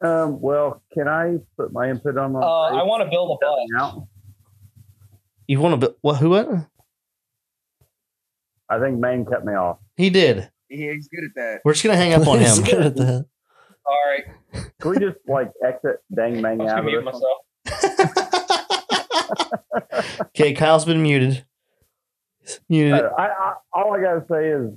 Um, well, can I put my input on?
Uh, I want to build a bus.
out.
You want to? What? Who? What?
I think Maine cut me off.
He did.
Yeah, he's good at that.
We're just gonna hang up on
He's
him.
good at that.
All right,
Can we just like exit dang
I'm
Maine
just
out?
gonna
of
mute
this one?
myself.
Okay, Kyle's been muted. He's Muted.
Uh, I, I, all I gotta say is,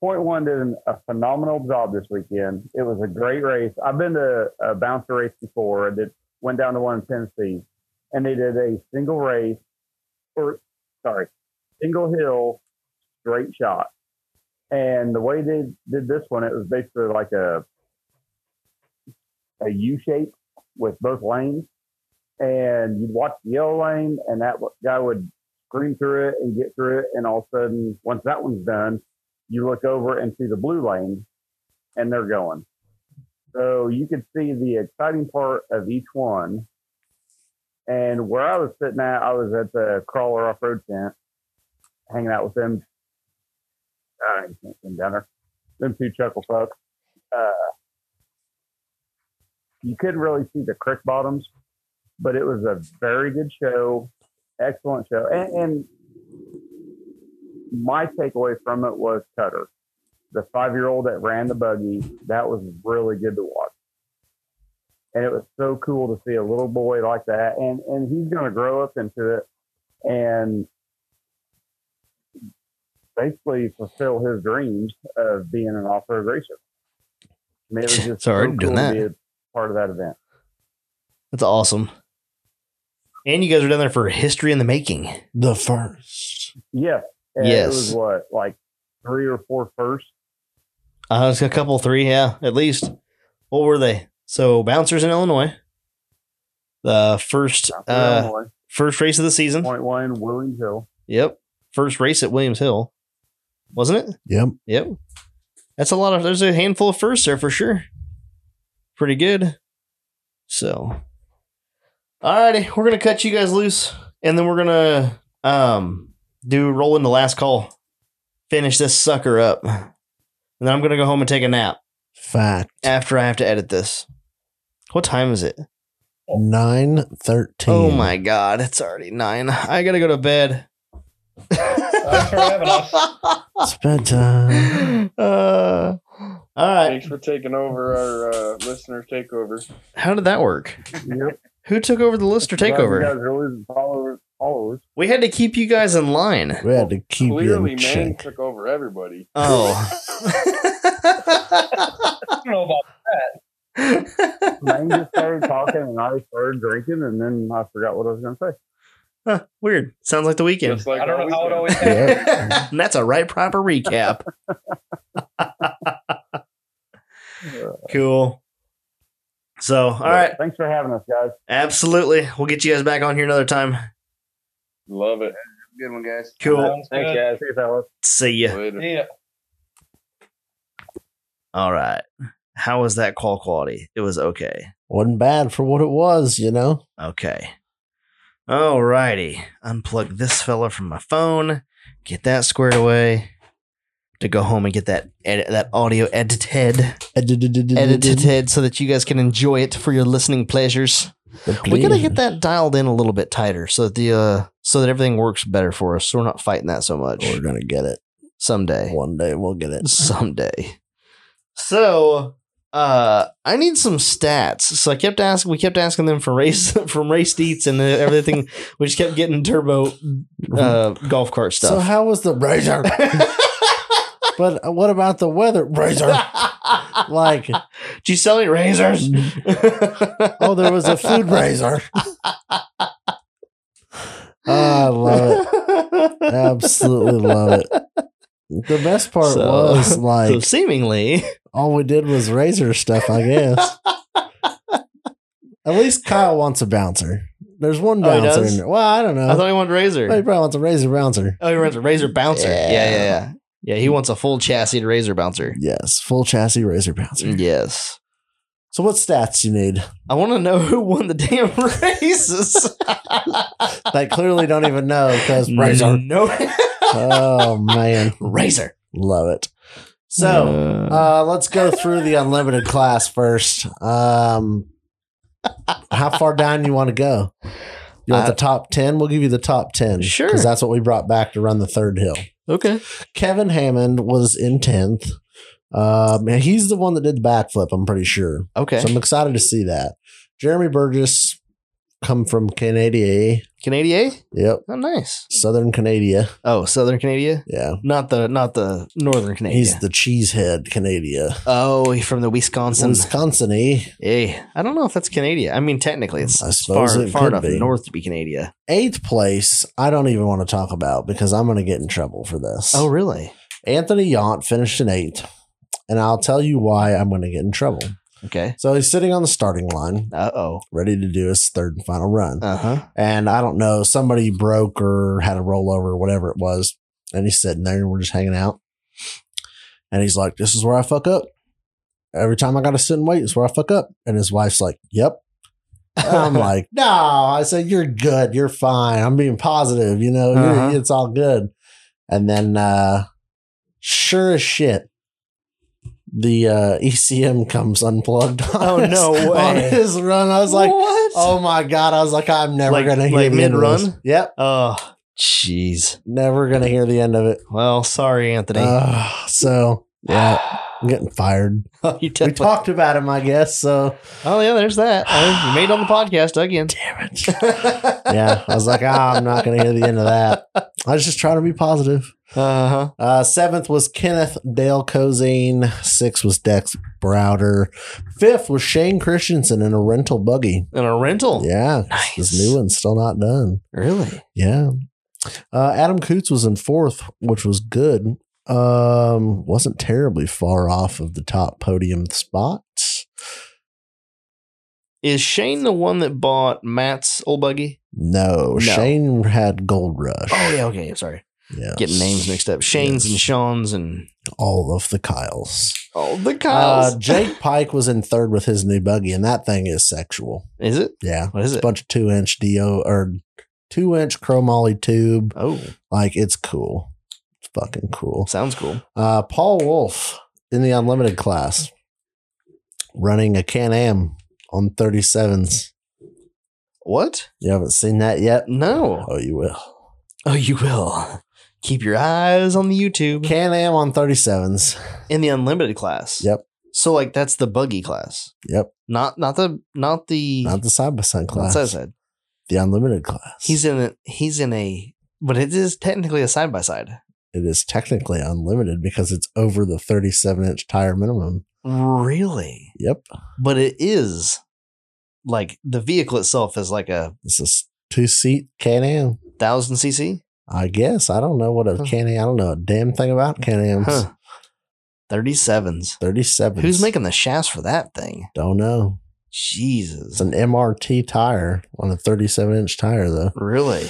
Point One did an, a phenomenal job this weekend. It was a great race. I've been to a bouncer race before. I did went down to one in Tennessee, and they did a single race, or sorry, single hill straight shot. And the way they did this one, it was basically like a a U shape with both lanes, and you'd watch the yellow lane, and that guy would scream through it and get through it. And all of a sudden, once that one's done, you look over and see the blue lane and they're going. So you could see the exciting part of each one. And where I was sitting at, I was at the crawler off road tent, hanging out with them. I can't come down there. Them two chuckle fucks. Uh, you couldn't really see the creek bottoms, but it was a very good show excellent show. And, and my takeaway from it was Cutter, the five year old that ran the buggy. That was really good to watch. And it was so cool to see a little boy like that. And, and he's going to grow up into it and basically fulfill his dreams of being an off road racer. I mean, it was just
Sorry,
so
doing
cool
that.
to be a part of that event.
That's awesome. And you guys are down there for history in the making.
The first.
Yes. And It
Yes.
was what, like three or four firsts?
Uh, it's a couple, three, yeah, at least. What were they? So bouncers in Illinois. The first,
out there in
uh,
Illinois.
first race of the season.
Point one, Willing Hill.
Yep. First race at Williams Hill, wasn't it?
Yep.
Yep. That's a lot of. There's a handful of firsts there for sure. Pretty good. So, alrighty, we're gonna cut you guys loose, and then we're gonna um do roll in the last call, finish this sucker up, and then I'm gonna go home and take a nap
Fact.
after I have to edit this. What time is it?
Nine thirteen.
Oh my god, it's already nine. I gotta go to bed.
Thanks for having us.
It's bedtime.
uh, all right.
Thanks for taking over our uh, listener takeover.
How did that work?
Yep.
Who took over the listener
Glad You
takeover?
guys are losing followers. followers.
We had to keep you guys in line.
We had to keep you
Clearly,
in
man
check.
took over everybody.
Oh.
I don't know about
Man just started talking and I started drinking and then I forgot what I was going to say.
Huh, weird. Sounds like the weekend.
Just like
I don't know how it always happens.
Yeah.
And that's a right proper recap. cool. So, all right.
Thanks for having us, guys.
Absolutely. We'll get you guys back on here another time.
Love it.
Good one, guys.
Cool.
Sounds
Thanks,
good.
guys.
See you, fellas.
See ya.
Later.
Yeah.
All right. How was that call quality? It was okay.
Wasn't bad for what it was, you know.
Okay. All righty. Unplug this fella from my phone. Get that squared away. To go home and get that edit, that audio edited, edited so that you guys can enjoy it for your listening pleasures. We gotta get that dialed in a little bit tighter so that the uh so that everything works better for us. So we're not fighting that so much
We're gonna get it
someday.
one day. We'll get it.
someday. So uh I need some stats. So I kept asking we kept asking them for race from race deets and everything. we just kept getting turbo uh golf cart
So
stuff.
how was the razor? but what about the weather razor? Like,
Do you sell any razors?
oh, there was a food razor. I love it. Absolutely love it. The best part
So-
was
So
like
seemingly
all we did was razor stuff, I guess. At least Kyle wants a bouncer. There's one
Oh, he
bouncer
does?
in there. Well, I don't know.
I thought he wanted razor.
he probably wants a razor bouncer.
Oh, he runs a Razor Bouncer.
Yeah.
Yeah, yeah, yeah. Yeah, he wants a full chassis Razor Bouncer.
Yes, full chassis razor bouncer.
Yes.
So what stats you need?
I want to know who won the damn races.
They clearly don't even know because
Mm.
razor.
No.
Oh man,
razor.
love it. So uh, let's go through the unlimited class first. Um, how far down you want to go? You want
Uh,
the top ten? We'll give you the top ten,
Sure.
because that's what we brought back to run the third hill.
okay.
Kevin Hammond was in tenth. Um, and he's the one that did the backflip. I'm pretty sure.
Okay.
So I'm excited to see that. Jeremy Burgess come from Canada.
Canada?
Yep.
Oh, nice.
Southern Canada.
Oh, Southern Canada?
Yeah.
Not the not the Northern Canada.
He's the cheesehead Canada.
oh, he's from the Wisconsin.
Wisconsin
Hey, I don't know if that's Canada. I mean, technically, it's
I
it's
suppose
far,
it
far
could
enough
be.
north to be Canada.
Eighth place, I don't even want to talk about because I'm going to get in trouble for this.
Oh, really?
Anthony Yount finished in eighth, and I'll tell you why I'm going to get in trouble.
Okay.
So he's sitting on the starting line,
Uh oh.
ready to do his third and final run.
Uh huh.
and I don't know, somebody broke or had a rollover or whatever it was. And he's sitting there and we're just hanging out. And he's like, This is where I fuck up. Every time I gotta sit and wait, is where I fuck up. And his wife's like, Yep. And I'm like, No, I said, You're good, you're fine. I'm being positive, you know, You're-
Uh-huh.
it's all good. And then uh sure as shit. The uh, ECM comes unplugged on,
Oh,
his,
no
on
way.
his run. I was like,
what?
Oh my god! I was like, I'm never
Like-
gonna hear
like
the end of
mid-run?
this. Yep,
Oh, jeez.
never gonna hear the end of it.
Well, sorry, Anthony.
Uh, Ugh, so yeah, I'm getting fired.
you
We
definitely-
talked about him, I guess. So
oh, yeah, there's that. Oh, you made it on the podcast again.
damn it. yeah, I was like, ah, I'm not gonna hear the end of that. I was just trying to be positive.
Uh huh.
Uh, seventh was Kenneth Dale Cozine. Sixth was Dex Browder. Fifth was Shane Christensen in a rental buggy.
And a rental.
Yeah, this
Nice.
new one's still not done.
Really?
Yeah. Uh, Adam Coots was in fourth, which was good. Um, wasn't terribly far off of the top podium spot.
Is Shane the one that bought Matt's old buggy?
No,
No.
Shane had Gold Rush.
Oh, yeah. Okay. Sorry.
Yeah.
Getting names mixed up. Shane's
Yes.
and Sean's and.
All of the Kyles.
Oh, the
Uh, Jake Pike was in third with his new buggy, and that thing is sexual.
is it?
Yeah.
What is
It's a
it?
bunch of two inch DO or two inch chromoly tube.
Oh,
Like, it's cool. It's fucking cool.
sounds cool.
Uh, Paul Wolf in the unlimited class running a Can Am on 37s.
What?
You haven't seen that yet?
No.
Oh, you will.
Oh, you will. Keep your eyes on the YouTube.
Can Am on 37s.
In the unlimited class.
Yep.
So, like, that's the buggy class.
Yep.
Not not the not the
Not the side by side
not
class.
side side.
The unlimited class.
He's in a he's in a but it is technically a side by side.
it is technically unlimited because it's over the 37 inch tire minimum.
Really?
Yep.
But it is like the vehicle itself is like a
This is two seat Can Am.
thousand cc.
I guess. I don't know what a
Huh.
Can Am. I don't know a damn thing about Can Ams.
Huh. Thirty sevens.
37s.
Who's making the shafts for that thing?
Don't know. It's
Jesus.
an MRT tire on a 37 inch tire, though.
Really?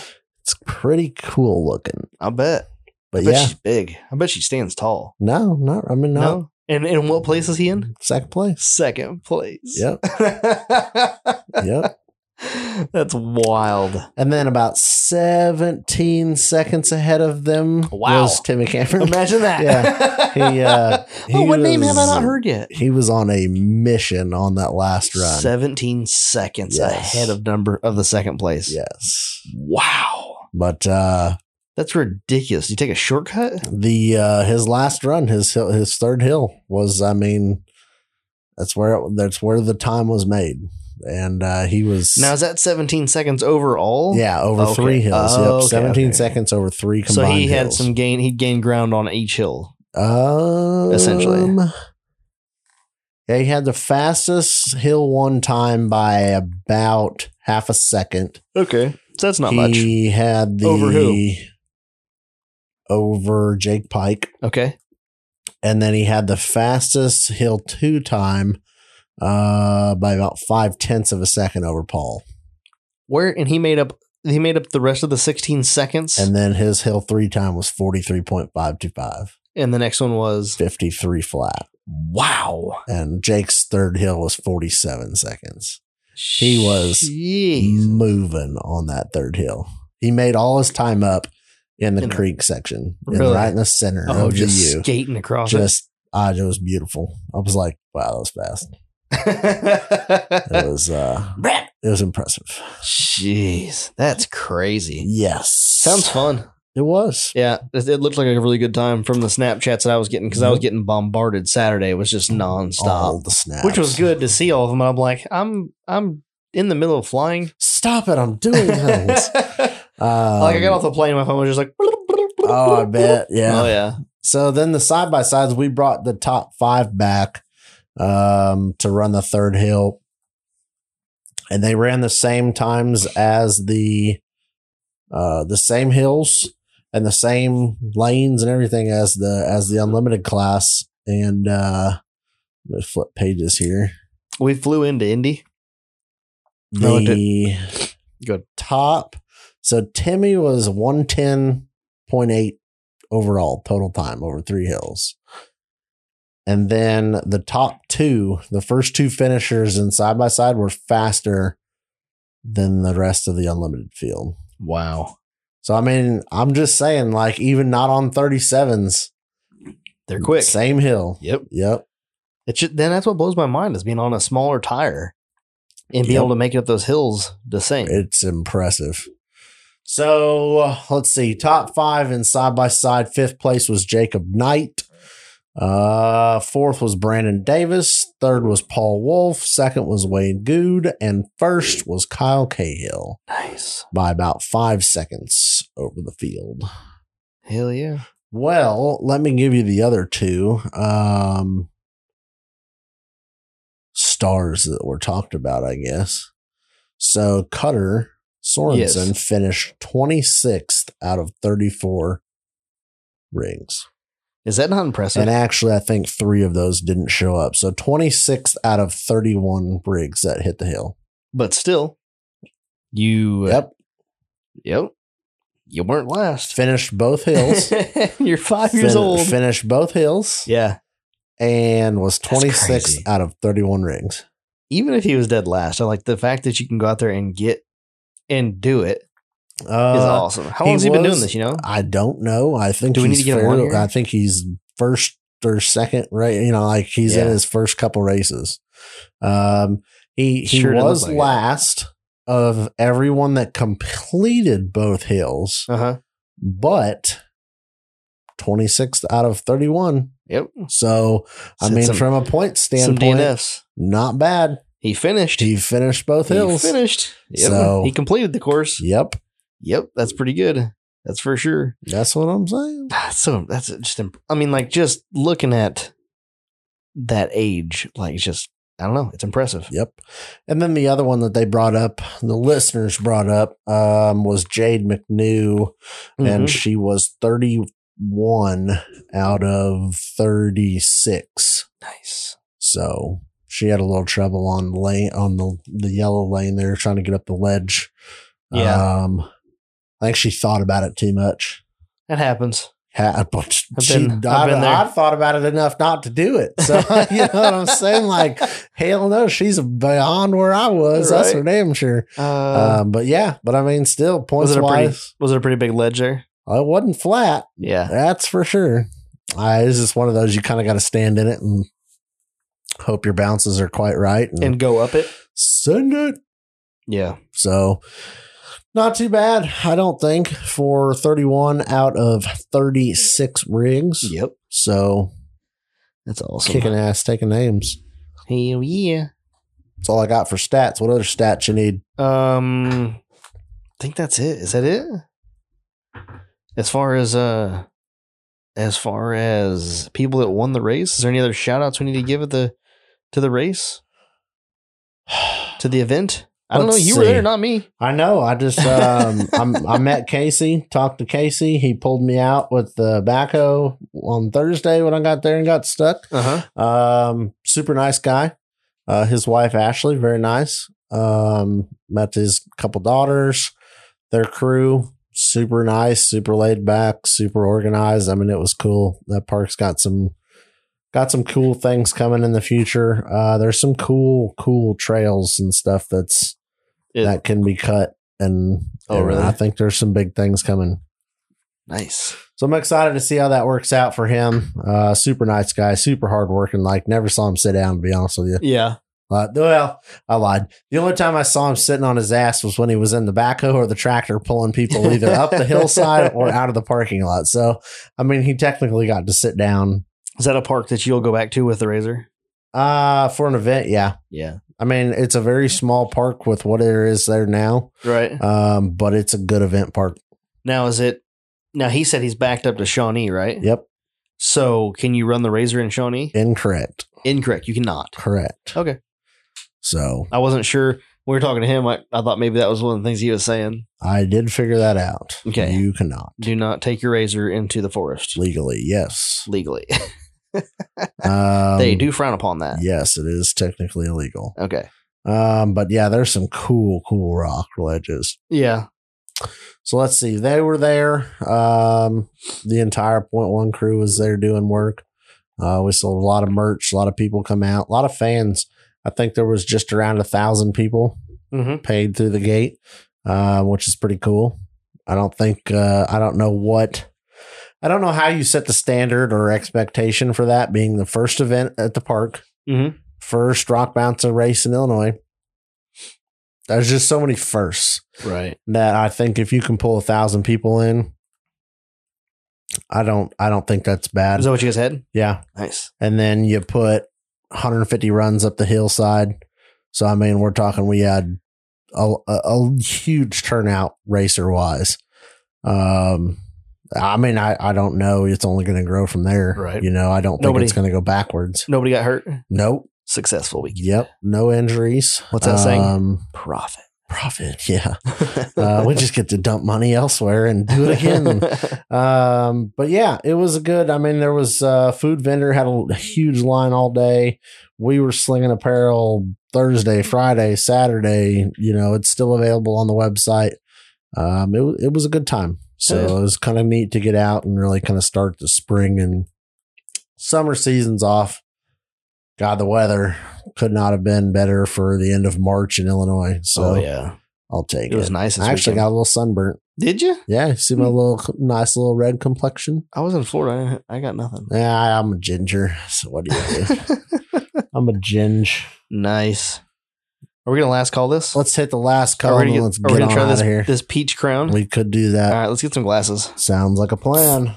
It's pretty cool looking.
I bet.
But
I bet
yeah,
she's big. I bet she stands tall.
no, not. I mean, not
No. And and what place is he in?
second place.
Second place.
Yep, yep.
That's wild.
And then about 17 seconds ahead of them
Wow.
was Timmy Cameron.
Imagine that.
Yeah. He, uh,
oh,
he
what name have I
was-
not heard yet?
He was on a mission on that last run.
17 seconds
Yes.
ahead of number of the second place.
Yes.
Wow.
But uh,
That's ridiculous. You take a shortcut?
the uh, his last run, his hill- his third hill was, I mean, that's where it, that's where the time was made, and uh, he was
Now is that 17 seconds overall?
yeah over
Okay.
three hills.
Oh,
yep,
okay,
seventeen
okay.
seconds over three combined.
So he had
hills.
some gain he gained ground on each hill.
Um,
Essentially.
Yeah, he had the fastest hill one time by about half a second.
Okay. So that's not much.
he had the
Over who?
over Jake Pike,
Okay.
and then he had the fastest hill two time uh, by about five tenths of a second over Paul,
Where and he made up he made up the rest of the 16 seconds and,
and then his hill three time was forty three point five two five.
the next one was
53 flat
wow.
and Jake's third hill was 47 seconds. He was
Jeez.
moving on that third hill. He made all his time up in the
In the-
creek section, in
Really?
the, right in the center
Oh,
of the
just
U.
skating across it.
Just, I, it was beautiful. I was like, wow, that was fast. It was, uh, it was impressive.
Jeez, that's crazy.
Yes,
Sounds fun.
It was.
Yeah, it, it looked like a really good time from the Snapchats that I was getting because
Mm-hmm.
I was getting bombarded Saturday. It was just
All
nonstop,
the snaps,
which was good to see all of them. I'm like, I'm I'm in the middle of flying.
Stop it! I'm doing things.
like
Um,
I got off the plane, my phone was just like,
Oh, I bet. Yeah.
oh yeah,
So then the side by sides, we brought the top five back um, to run the third hill. And they ran the same times as the uh, the same hills and the same lanes and everything as the as the unlimited class. And uh let me flip pages here.
we flew into Indy. No, it
The
Good.
top so Timmy was 110.8 overall total time over three hills. And then the top two, the first two finishers in side by side were faster than the rest of the unlimited field.
Wow,
So I mean, I'm just saying, like, even not on 37s,
they're quick.
same hill.
Yep.
Yep.
It should, then that's what blows my mind is being on a smaller tire and being
Yep.
able to make it up those hills the same.
It's impressive. So uh, let's see. Top five in side by side. Fifth place was Jacob Knight. Uh, fourth was Brandon Davis. Third was Paul Wolf. Second was Wade Good. And first was Kyle Cahill
nice.
by about five seconds over the field.
Hell yeah.
Well, let me give you the other two um, stars that were talked about, I guess. So Cutter Sorensen
Yes.
finished 26th out of 34 rings.
Is that not impressive?
and actually, I think three of those didn't show up. So 26th out of 31 rigs that hit the hill.
but still, you uh,
Yep.
yep, you weren't last.
Finished both hills.
You're five years
Fin-
old.
Finished both hills
yeah,
and was
That's
26th
crazy.
out of 31 rings.
even if he was dead last, I like the fact that you can go out there and get and do it is
Uh,
awesome. How
he
long has he been doing
was-
this? You know,
I don't know. I think
Do we need to
he's
get him on
fairly-
here?
I think he's first or second, right? You know, like he's in
Yeah.
his first couple races. Um, he he
Sure did look
was
like it.
last of everyone that completed both hills,
uh huh.
but twenty sixth out of thirty one.
Yep,
So I
So
mean,
some-
from a point
some
standpoint,
DNFs.
not bad.
He finished.
He finished both
He
hills.
finished. Yep.
So-
he completed the course.
Yep,
Yep, that's pretty good. That's for sure.
that's what I'm saying.
That's so that's just imp- i mean like just looking at that age like it's just i don't know it's impressive
Yep. And then the other one that they brought up, the listeners brought up, um, was Jade McNew, and
Mhm.
she was 31 out of 36.
nice
So she had a little trouble on the lane on the, the yellow lane there trying to get up the ledge.
Yeah.
Um, I think she thought about it too much.
that happens
I've been,
been- I've been there.
I've thought about it enough not to do it. So you know what I'm saying? Like, hell no, she's beyond where I was. That's for
Right.
damn sure.
Uh,
Um, but yeah, but I mean, still points
was it a pretty
wise,
was it a pretty big ledge there?
it wasn't flat.
Yeah.
That's for sure. I it's just one of those you kind of got to stand in it and hope your bounces are quite right and,
And go up it.
send it.
Yeah.
So not too bad, I don't think, for 31 out of 36 rigs.
Yep.
So
That's awesome.
kicking ass, taking names.
Hell yeah.
That's all I got for stats. What other stats you need?
Um, I think that's it. Is that it? As far as uh, as far as people that won the race, is there any other shout outs we need to give at the to the race to the event? I don't know.
Let's
You were
see.
there, not me.
I know. I just um, I'm, I met Casey, talked to Casey. He pulled me out with the backhoe on Thursday when I got there and got stuck.
Uh huh.
Um, super nice guy. Uh, his wife Ashley, very nice. Um, met his couple daughters, their crew, super nice, super laid back, super organized. I mean, it was cool. That park's got some got some cool things coming in the future. Uh, there's some cool, cool trails and stuff that's that can be cut. And,
Oh,
and
really?
I think there's some big things coming.
Nice.
So I'm excited to see how that works out for him. Uh, super nice guy, super hardworking. Like never saw him sit down. To be honest with you,
Yeah.
uh, well, I lied. The only time I saw him sitting on his ass was when he was in the backhoe or the tractor pulling people either up the hillside or out of the parking lot. So I mean, he technically got to sit down
Is that a park that you'll go back to with the razor?
uh, for an event. Yeah,
Yeah.
I mean, it's a very small park with what there is there now,
Right.
um, but it's a good event park.
Uh, Now is it? Now he said he's backed up to Shawnee, right?
Yep,
So can you run the razor in Shawnee?
incorrect,
Incorrect. You cannot.
correct.
Okay.
So
I wasn't sure. When we were talking to him. I, I thought maybe that was one of the things he was saying.
I did figure that out.
Okay.
you cannot.
Do not take your razor into the forest
legally yes
legally.
um,
they do frown upon that.
yes it is technically illegal
Okay.
um but yeah there's some cool cool rock ledges
Yeah.
so let's see they were there um the entire point one crew was there doing work uh we sold a lot of merch a lot of people come out a lot of fans i think there was just around a thousand people
Mm-hmm.
paid through the gate, um, which is pretty cool. I don't think uh, I don't know what I don't know how you set the standard or expectation for that being the first event at the park,
Mhm.
first rock bouncer race in Illinois. There's just so many firsts
Right.
that I think if you can pull a thousand people in, I don't I don't think that's bad.
Is that what you guys had?
yeah,
Nice.
and then you put 150 runs up the hillside. So I mean, we're talking we had a, a, a huge turnout racer wise. Um, I mean, I, I don't know. It's only going to grow from there,
Right.
You know, I don't think
Nobody-
it's going to go backwards.
Nobody got hurt.
Nope.
Successful week.
Yep. No injuries.
What's that saying?
Um,
Profit.
profit. Yeah. Uh, we just get to dump money elsewhere and do it again. Um, but yeah, it was a good. I mean, there was uh, food vendor had a huge line all day. We were slinging apparel Thursday, Friday, Saturday. You know, it's still available on the website. Um, it wa- it was a good time. So
Yeah.
it was kind of neat to get out and really kind of start the spring and summer seasons off. God, the weather could not have been better for the end of March in Illinois. So
oh yeah.
I'll take
It
it.
was nice. This
I actually got a
weekend.
little sunburnt.
Did you?
Yeah, see
Hmm.
my little nice little red complexion.
I was in Florida. I didn't- I got nothing.
Yeah, I'm a ginger. So what do you do? I'm a ginge.
nice. Are we gonna last call this?
Let's hit the last
Are
call
we
and
gonna,
let's
get, are we
get
gonna
on
try
out
this
of here.
this peach crown?
we could do
All
that.
right, let's get some glasses.
Sounds like a plan.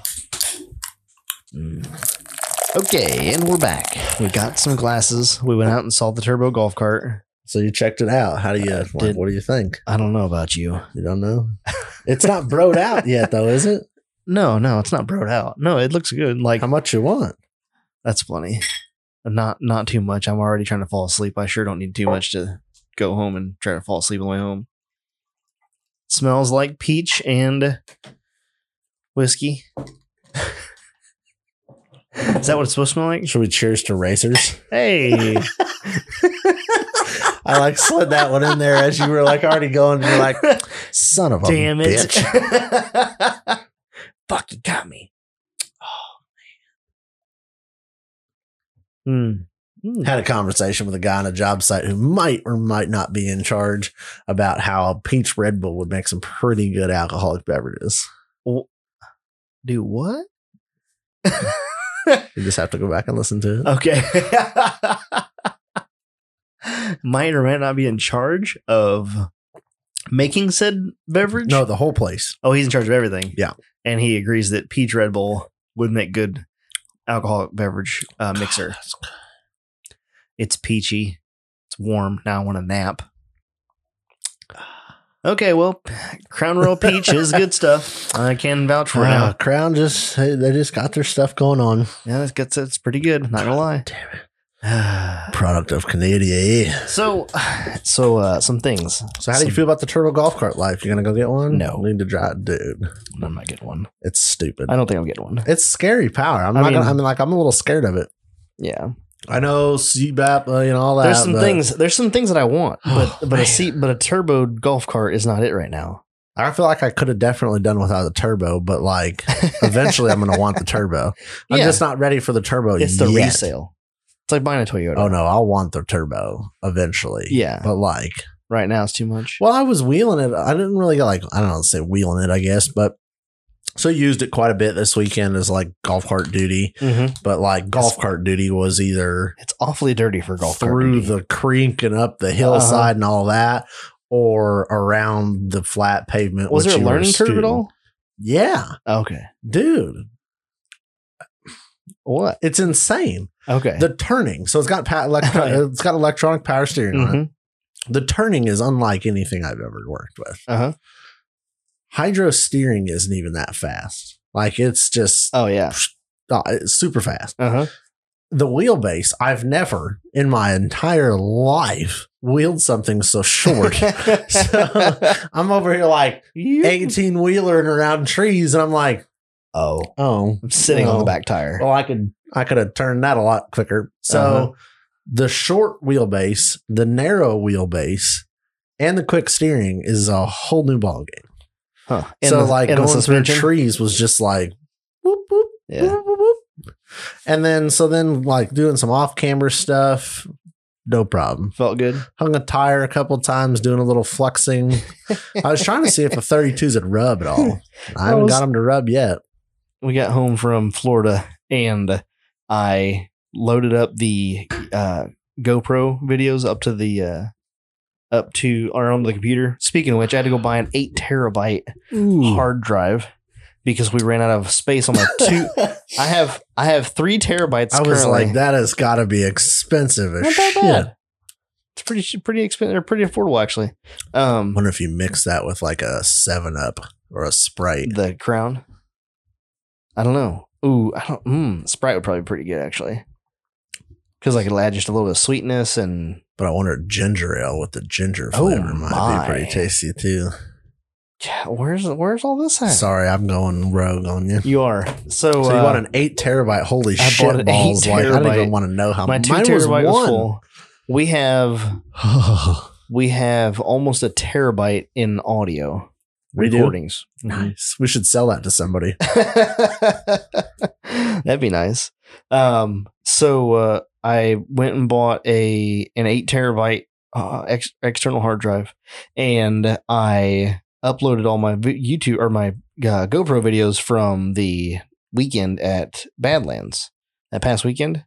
Okay, and we're back. We got some glasses. We went out and saw the turbo golf cart.
So you checked it out. How do you?
I
like,
Uh, did.
what do you think?
I don't know about you.
You don't know. It's not broed out yet, though, is it?
No, no, it's not broed out. No, it looks good. Like
How much you want?
that's plenty. Not not too much. I'm already trying to fall asleep. I sure don't need too much to go home and try to fall asleep on the way home. Smells like peach and whiskey. Is that what it's supposed to smell like?
Should we cheers to racers?
Hey.
I like slid that one in there as you were like already going. You're like, son of a
Damn it.
bitch.
Fuck, you got me. Hmm.
had a conversation with a guy on a job site who might or might not be in charge about how peach Red Bull would make some pretty good alcoholic beverages.
Do what?
You just have to go back and listen to it.
Okay. might or might not be in charge of making said beverage.
No, the whole place.
Oh, he's in charge of everything.
Yeah.
And he agrees that peach Red Bull would make good alcoholic beverage uh, mixer.
That's
It's peachy. It's warm. Now I want a nap. Okay, well, Crown Royal Peach is good stuff. I can vouch for it
Wow,
now.
Crown just hey, they just got their stuff going on.
Yeah, that's good. It's pretty good. Not gonna lie.
Damn it.
so
Product of Canada.
so uh some things
So how do you feel about the turtle golf cart life? You gonna go get one?
No.
Need to drive dude.
i might get one
It's stupid.
i don't think i'll get one
It's scary power. I'm
I
not
mean-
gonna I mean like I'm a little scared of it.
yeah
I know CBAP, uh, you know, all that.
there's some
but
things there's some things that i want but
Oh,
but a
man.
seat but a turbo golf cart is not it right now
I feel like I could have definitely done without the turbo, but like eventually I'm gonna want the turbo. I'm
Yeah.
just not ready for the turbo
it's
Oh, yet.
the resale it's like buying a toyota
Oh no, I'll want the turbo eventually.
Yeah.
But like
right now it's too much
Well, I was wheeling it. I didn't really like I don't know, say wheeling it, I guess, but so used it quite a bit this weekend as like golf cart duty.
Mhm.
But like golf cart duty was either
it's awfully dirty for golf cart
through
duty. Uh-huh.
the creek and up the hillside and all that, or around the flat pavement.
was
which
there a
you were
learning curve at
scooting.
all Oh,
Yeah,
okay
dude,
what
it's insane.
okay
The turning, so it's got pa- electro-
Right.
it's got electronic power steering on it.
Mhm.
The turning is unlike anything I've ever worked with.
uh-huh
hydro steering isn't even that fast. Like it's just
oh yeah
uh, it's super fast.
uh-huh
The wheelbase, I've never in my entire life wheeled something so short. so I'm over here like 18 wheeler and around trees, and I'm like,
oh
oh,
i'm sitting on the
Oh.
back tire
well, I could I could have turned that a lot quicker. So
Uh-huh.
the short wheelbase, the narrow wheelbase, and the quick steering is a whole new ballgame.
Huh. the-
so like
and the
going through
suspension?
trees was just like whoop whoop
Yeah.
Whoop, whoop, whoop. And then, so then, like doing some off camera stuff, no problem.
Felt good.
Hung a tire a couple times, doing a little fluxing. I was trying to see if the 32s would rub at all. I haven't
was-
got them to rub yet.
We got home from Florida and I loaded up the uh, GoPro videos up to the uh, up to our own the computer. Speaking of which, I had to go buy an eight terabyte hard drive because we ran out of space on my two. I have I have three terabytes.
I was
currently.
like, that has got to be expensive as
Not that
shit.
bad. It's pretty pretty expensive. They're pretty affordable actually.
I
Um,
wonder if you mix that with like a 7 Up or a Sprite.
the crown. I don't know. Ooh, I don't. Mm, Sprite would probably be pretty good actually, because like it'll add just a little bit of sweetness and
But I wonder if ginger ale with the ginger
Oh
flavor might
my.
be pretty tasty too.
Yeah, where's where's all this at?
Sorry, I'm going rogue on you.
You are so.
So you
uh,
want an eight terabyte? Holy
I bought an
shit
eight
balls! Like I don't
terabyte.
even want to know how
my two
mine
terabyte was,
one.
full. We have we have almost a terabyte in audio
we do.
recordings.
Nice. We should sell that to somebody.
That'd be nice. Um, so uh, I went and bought a an eight terabyte uh, ex- external hard drive, and I uploaded all my vi- YouTube or my uh, GoPro videos from the weekend at Badlands that past weekend,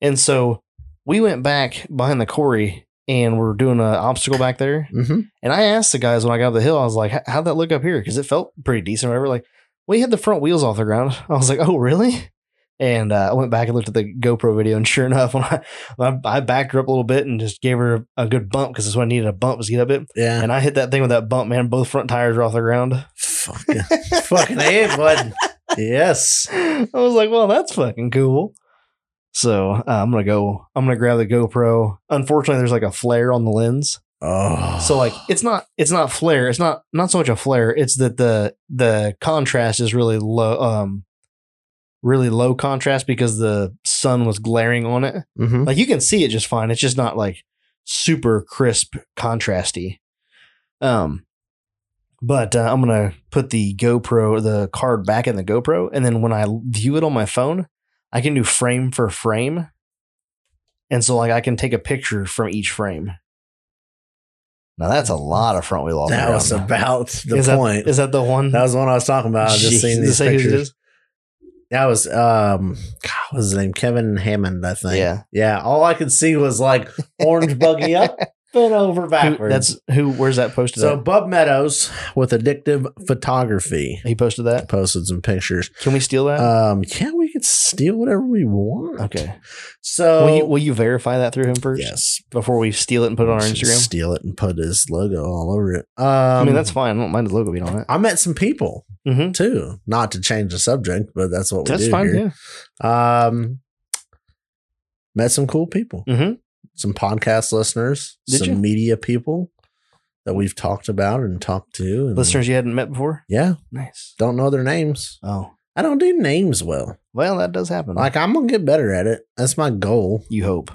and so we went back behind the quarry and we're doing an obstacle back there
Mm-hmm.
and I asked the guys when I got up the hill, I was like, "How- how'd that look up here? Because it felt pretty decent. Whatever. Like, we had the front wheels off the ground. I was like, oh, really? And uh, I went back and looked at the GoPro video, and sure enough, when I, when I I backed her up a little bit and just gave her a good bump because that's what I needed a bump was to get up it.
Yeah.
And I hit that thing with that bump, man. Both front tires were off the ground.
fucking fucking a bud. Yes.
I was like, well, that's fucking cool. So uh, I'm gonna go. I'm gonna grab the GoPro. Unfortunately, there's like a flare on the lens.
Oh.
So like it's not it's not flare. It's not not so much a flare. It's that the the contrast is really low um really low contrast because the sun was glaring on it.
Mhm.
Like you can see it just fine. It's just not like super crisp contrasty. Um but uh, I'm going to put the GoPro the card back in the GoPro and then when I view it on my phone, I can do frame for frame And so like I can take a picture from each frame. Now that's a lot of front wheel all
that
around.
was about the
oh is
point.
That, is that the one?
that was the one I was talking about. I was just seeing
Jeez, is
these
that who it
pictures.
is?
That was um, God, what was his name? Kevin Hammond, I think.
Yeah.
yeah. All I could see was like orange buggy up and over
Who,
backwards.
that's who. Where's that posted?
so.
at?
Bub Meadows with addictive photography
he posted that.
posted some pictures.
Can we steal that?
Um, yeah, we could steal whatever we want.
okay.
So
will you will you verify that through him first
yes,
before we steal it and put it on our
Just
Instagram?
steal it and put his logo all over it. Um,
I mean that's fine. I don't mind his logo being on it.
I met some people
Mm-hmm.
too. Not to change the subject, but that's what we
That's
do
fine.
here. Um, met some cool people,
Yeah. Mm-hmm.
some podcast listeners,
Did
some
you?
media people that we've talked about and talked to. And
Listeners you hadn't met before.
yeah,
Nice.
don't know their names.
Oh
I don't do names well.
well, that does happen.
Like I'm gonna get better at it. That's my goal.
you hope.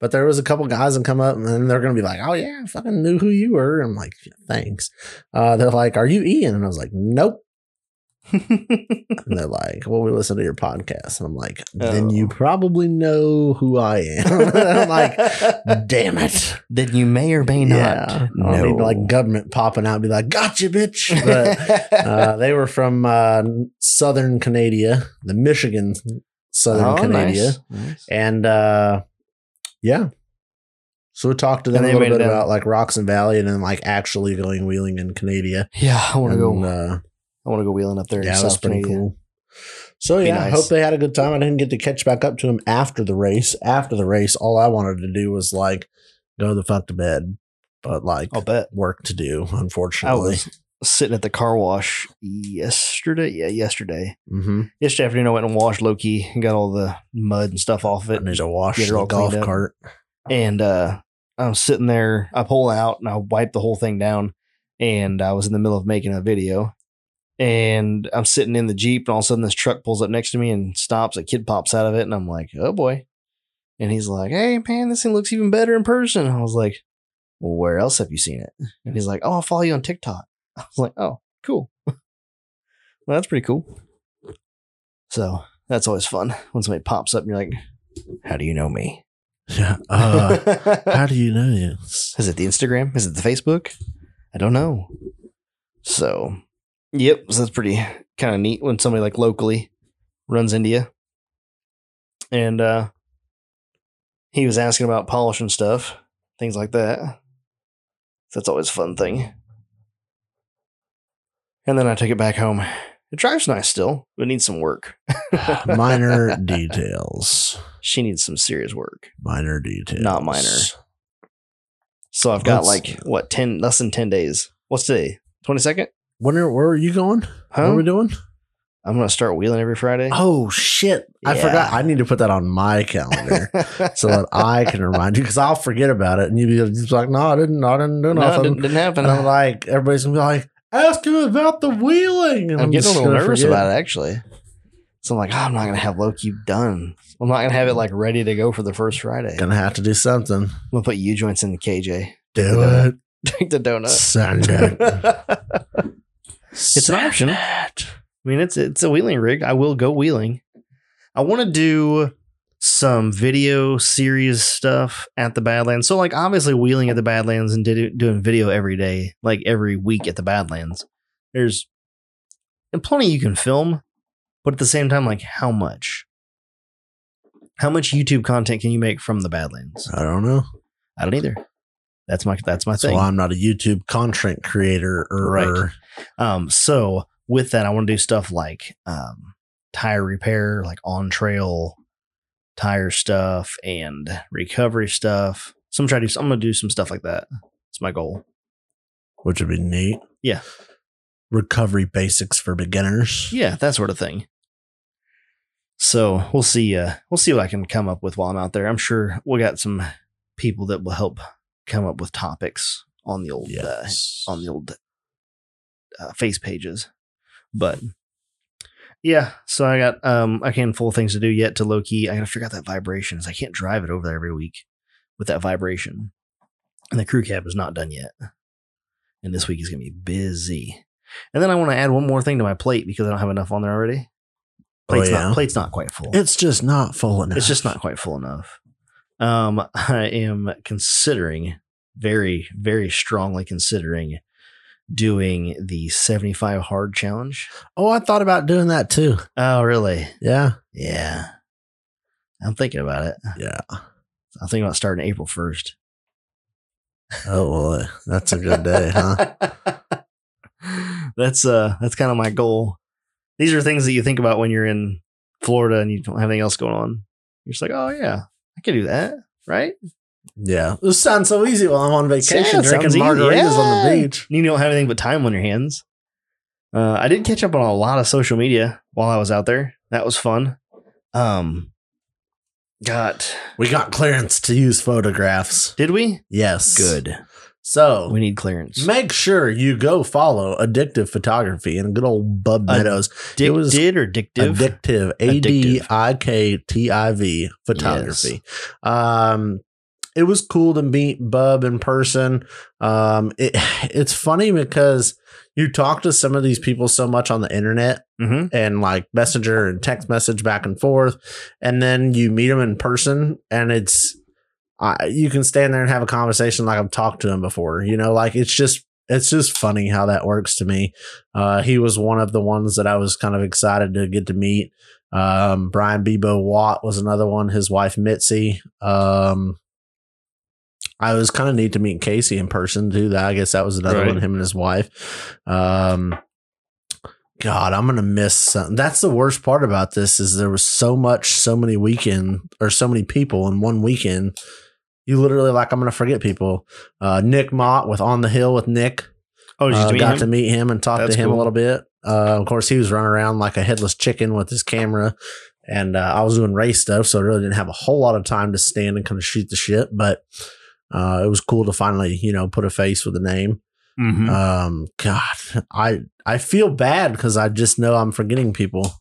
But there was a couple guys that come up and they're gonna be like, "Oh yeah, I fucking knew who you were." I'm like, "Thanks." Uh, they're like, "Are you Ian?" And I was like, "Nope." And they're like, well, we listen to your podcast. And I'm like, then
Oh.
you probably know who I am. And I'm like, damn it.
then you may or may
Yeah.
not. Oh,
I don't need like government popping out and be like, gotcha, bitch. But uh, they were from uh, Southern Canada, the Michigan Southern
Oh,
Canada.
nice. Nice.
And uh, yeah. So we talked to
And
them
they
a little
made it
bit
down.
about like Rocks and Valley and then like actually going wheeling in Canada.
Yeah, I want to
And,
go.
uh,
I want to go wheeling up there. in
yeah, that's
South
pretty
Canada.
cool. So
Be
yeah, I
nice.
hope they had a good time. I didn't get to catch back up to him after the race. After the race, all I wanted to do was like go the fuck to bed, but like
I'll bet.
work to do.
I
Unfortunately,
was sitting at the car wash yesterday. Yeah, yesterday.
mm-hmm.
Yesterday afternoon, I went and washed Loki and got all the mud and stuff off
I
it.
need to wash
Get her
the
all
golf
cleaned up.
cart.
And uh, I'm sitting there. I pull out and I wipe the whole thing down. And I was in the middle of making a video. And I'm sitting in the Jeep, and all of a sudden, this truck pulls up next to me and stops. A kid pops out of it, and I'm like, oh boy. And he's like, hey, man, this thing looks even better in person. I was like, well, where else have you seen it? And he's like, oh, I'll follow you on TikTok. I was like, oh, cool. well, that's pretty cool. So that's always fun when somebody pops up and you're like, how do you know me?
Yeah. Uh, how do you know this?
Is it the Instagram? Is it the Facebook? I don't know. So, yep. So that's pretty kind of neat when somebody like locally runs into you. And uh, he was asking about polishing stuff, things like that. That's always a fun thing. And then I took it back home. It drives nice still, but needs some work.
Minor details.
She needs some serious work.
Minor details.
Not minor. So I've got
Let's-
like what ten less than ten days. What's today? Twenty second?
When are, where are you going? What
Huh?
are we doing?
I'm gonna start wheeling every Friday.
Oh shit! I
Yeah.
forgot. I need to put that on my calendar. so that I can remind you because I'll forget about it and you'll be just like, no, I didn't, I didn't do
no,
nothing.
it didn't, didn't happen.
and I'm like, everybody's gonna be like, ask him about the wheeling. And
I'm, getting a
just
little
gonna
nervous
forget.
about it actually. So I'm like, oh, I'm not gonna have Loki done. I'm not gonna have it like ready to go for the first Friday. I'm
Gonna have to do something.
gonna put U joints in the KJ.
Do
Yeah.
it.
Take the donut.
Send it.
It's an option. I mean, it's it's a wheeling rig. I will go wheeling. I want to do some video series stuff at the Badlands. So, like, obviously, wheeling at the Badlands and did, doing video every day, like every week at the Badlands. There's and plenty you can film, but at the same time, like, how much? How much YouTube content can you make from the Badlands?
I don't know.
I don't either. That's my that's my
That's
thing.
why I'm not a YouTube content creator. Or,
Right. Um, so with that, I want to do stuff like um, tire repair, like on trail tire stuff and recovery stuff. So I'm trying to do, I'm gonna do some stuff like that. It's my goal.
which would be neat.
Yeah.
Recovery basics for beginners.
Yeah, that sort of thing. So we'll see. Uh, we'll see what I can come up with while I'm out there. I'm sure we got some people that will help come up with topics on the old uh,
Yes.
on the old uh, face pages. But yeah, so I got um I can full things to do yet to low key. I gotta figure out that vibrations. I can't drive it over there every week with that vibration. And the crew cab is not done yet. And this week is gonna be busy. And then I want to add one more thing to my plate because I don't have enough on there already.
Oh,
Plate's
yeah?
not plate's not quite full.
It's just not full enough.
It's just not quite full enough. Um, I am considering very, very strongly considering doing the 75 hard challenge.
Oh, I thought about doing that too.
Oh, really?
Yeah.
Yeah. I'm thinking about it.
Yeah.
I'm thinking about starting April 1st.
Oh boy, that's a good day, huh?
that's uh that's kind of my goal. These are things that you think about when you're in Florida and you don't have anything else going on. You're just like, oh yeah, I can do that, right?
Yeah. This sounds so easy while I'm on vacation
Yeah,
drinking
sounds easy.
margaritas on the
Yeah.
beach.
You don't have anything but time on your hands. Uh, I did catch up on a lot of social media while I was out there. That was fun. Um, got
We got clearance to use photographs.
did we?
Yes.
Good.
So
We need clearance.
make sure you go follow Addictive Photography and good old Bub
Ad-
Meadows.
Dick
it was
did or dictive?
Addictive. A D I K T I V photography. Um it was cool to meet Bub in person. Um it, it's funny because you talk to some of these people so much on the internet
hmm
and like messenger and text message back and forth and then you meet them in person and it's I you can stand there and have a conversation like i've talked to him before you know like it's just it's just funny how that works to me uh, he was one of the ones that i was kind of excited to get to meet um, brian bebo watt was another one his wife mitzi um, i was kind of neat to meet casey in person too that i guess that was another
Right.
one him and his wife um, God, I'm gonna miss something. That's the worst part about this is there was so much, so many weekend or so many people in one weekend. You literally like I'm gonna forget people. Uh, Nick Mott with On the Hill with Nick.
Oh, did you
Uh,
meet
got
him?
to meet him and talk
That's
to him
cool.
a little bit. Uh, of course, he was running around like a headless chicken with his camera, and uh, I was doing race stuff, so I really didn't have a whole lot of time to stand and kind of shoot the shit. But uh, it was cool to finally, you know, put a face with a name.
Mhm.
Um, God, I I feel bad because I just know I'm forgetting people.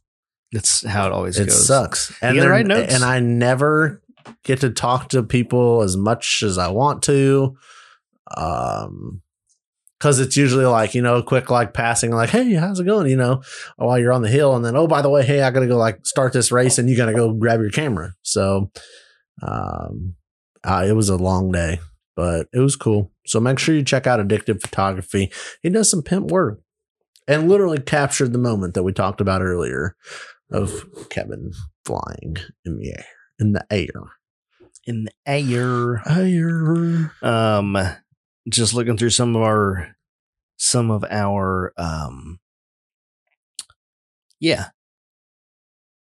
That's how it always
it
goes.
sucks, and
gotta
they're-
write notes.
and I never get to talk to people as much as I want to. Um, because it's usually like you know, quick like passing, like hey, how's it going? You know, while you're on the hill, and then oh by the way, hey, I gotta go like start this race, and you gotta go grab your camera. So, um, uh, it was a long day, but it was cool. So make sure you check out Addictive Photography. He does some pimp work and literally captured the moment that we talked about earlier of Kevin flying in the air. In the air.
In the air.
Air.
um just looking through some of our some of our um yeah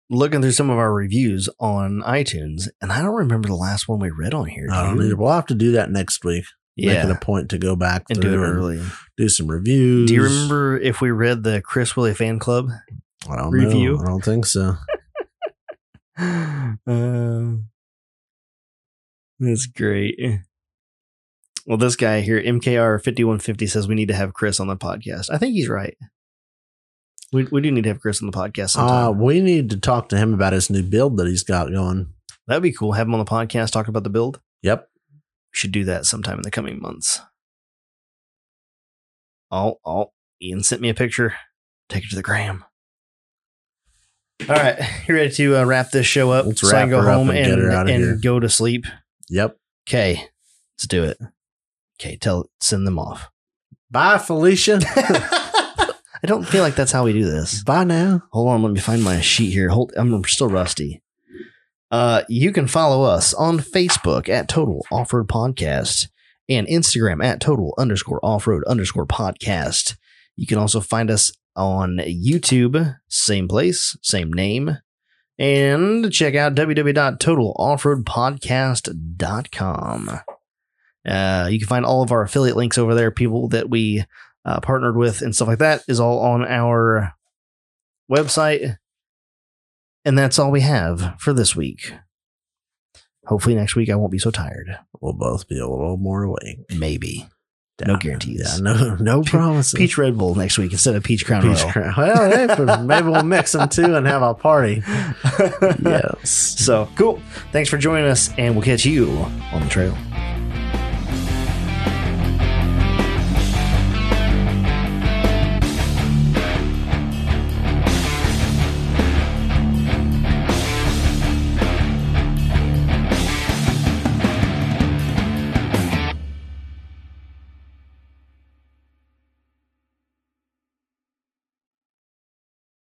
looking through some of our reviews on itunes and i don't remember the last one we read on here
I don't
dude.
either. We'll have to do that next week. Make it
yeah
a point to go back
and do it
through
early
do some reviews.
do you remember if we read the chris willie fan club
I don't
review?
Know. I don't think so.
uh, that's great. Well, this guy here, MKR5150, says we need to have Chris on the podcast. I think he's right. We, we do need to have Chris on the podcast
Uh,
sometime.
we need to talk to him about his new build that he's got going.
That'd be cool. Have him on the podcast, talk about the build.
Yep.
We should do that sometime in the coming months. Oh, oh, Ian sent me a picture. Take it to the gram. All right, you ready to uh, wrap this show up?
Let's
so I
wrap
can go
her up
home
and get her
and,
outta here.
and go to sleep.
Yep.
Okay, let's do it. Okay, tell send them off.
Bye, Felicia.
I don't feel like that's how we do this.
Bye now.
Hold on, let me find my sheet here. Hold, I'm still rusty. Uh, you can follow us on Facebook at Total Off Road Podcast and Instagram at Total underscore Off Road underscore Podcast. You can also find us on YouTube, same place, same name. And check out www.totaloffroadpodcast.com. Uh, you can find all of our affiliate links over there. People that we uh, partnered with and stuff like that is all on our website. And that's all we have for this week. Hopefully, next week I won't be so tired.
We'll both be a little more awake.
Maybe.
Yeah.
No guarantees.
Yeah, no, no promises.
Peach Red Bull next week instead of Peach Crown
Peach
Royal.
crown. Well, hey, but maybe we'll mix them too and have a party. Yes.
So cool. Thanks for joining us, and we'll catch you on the trail.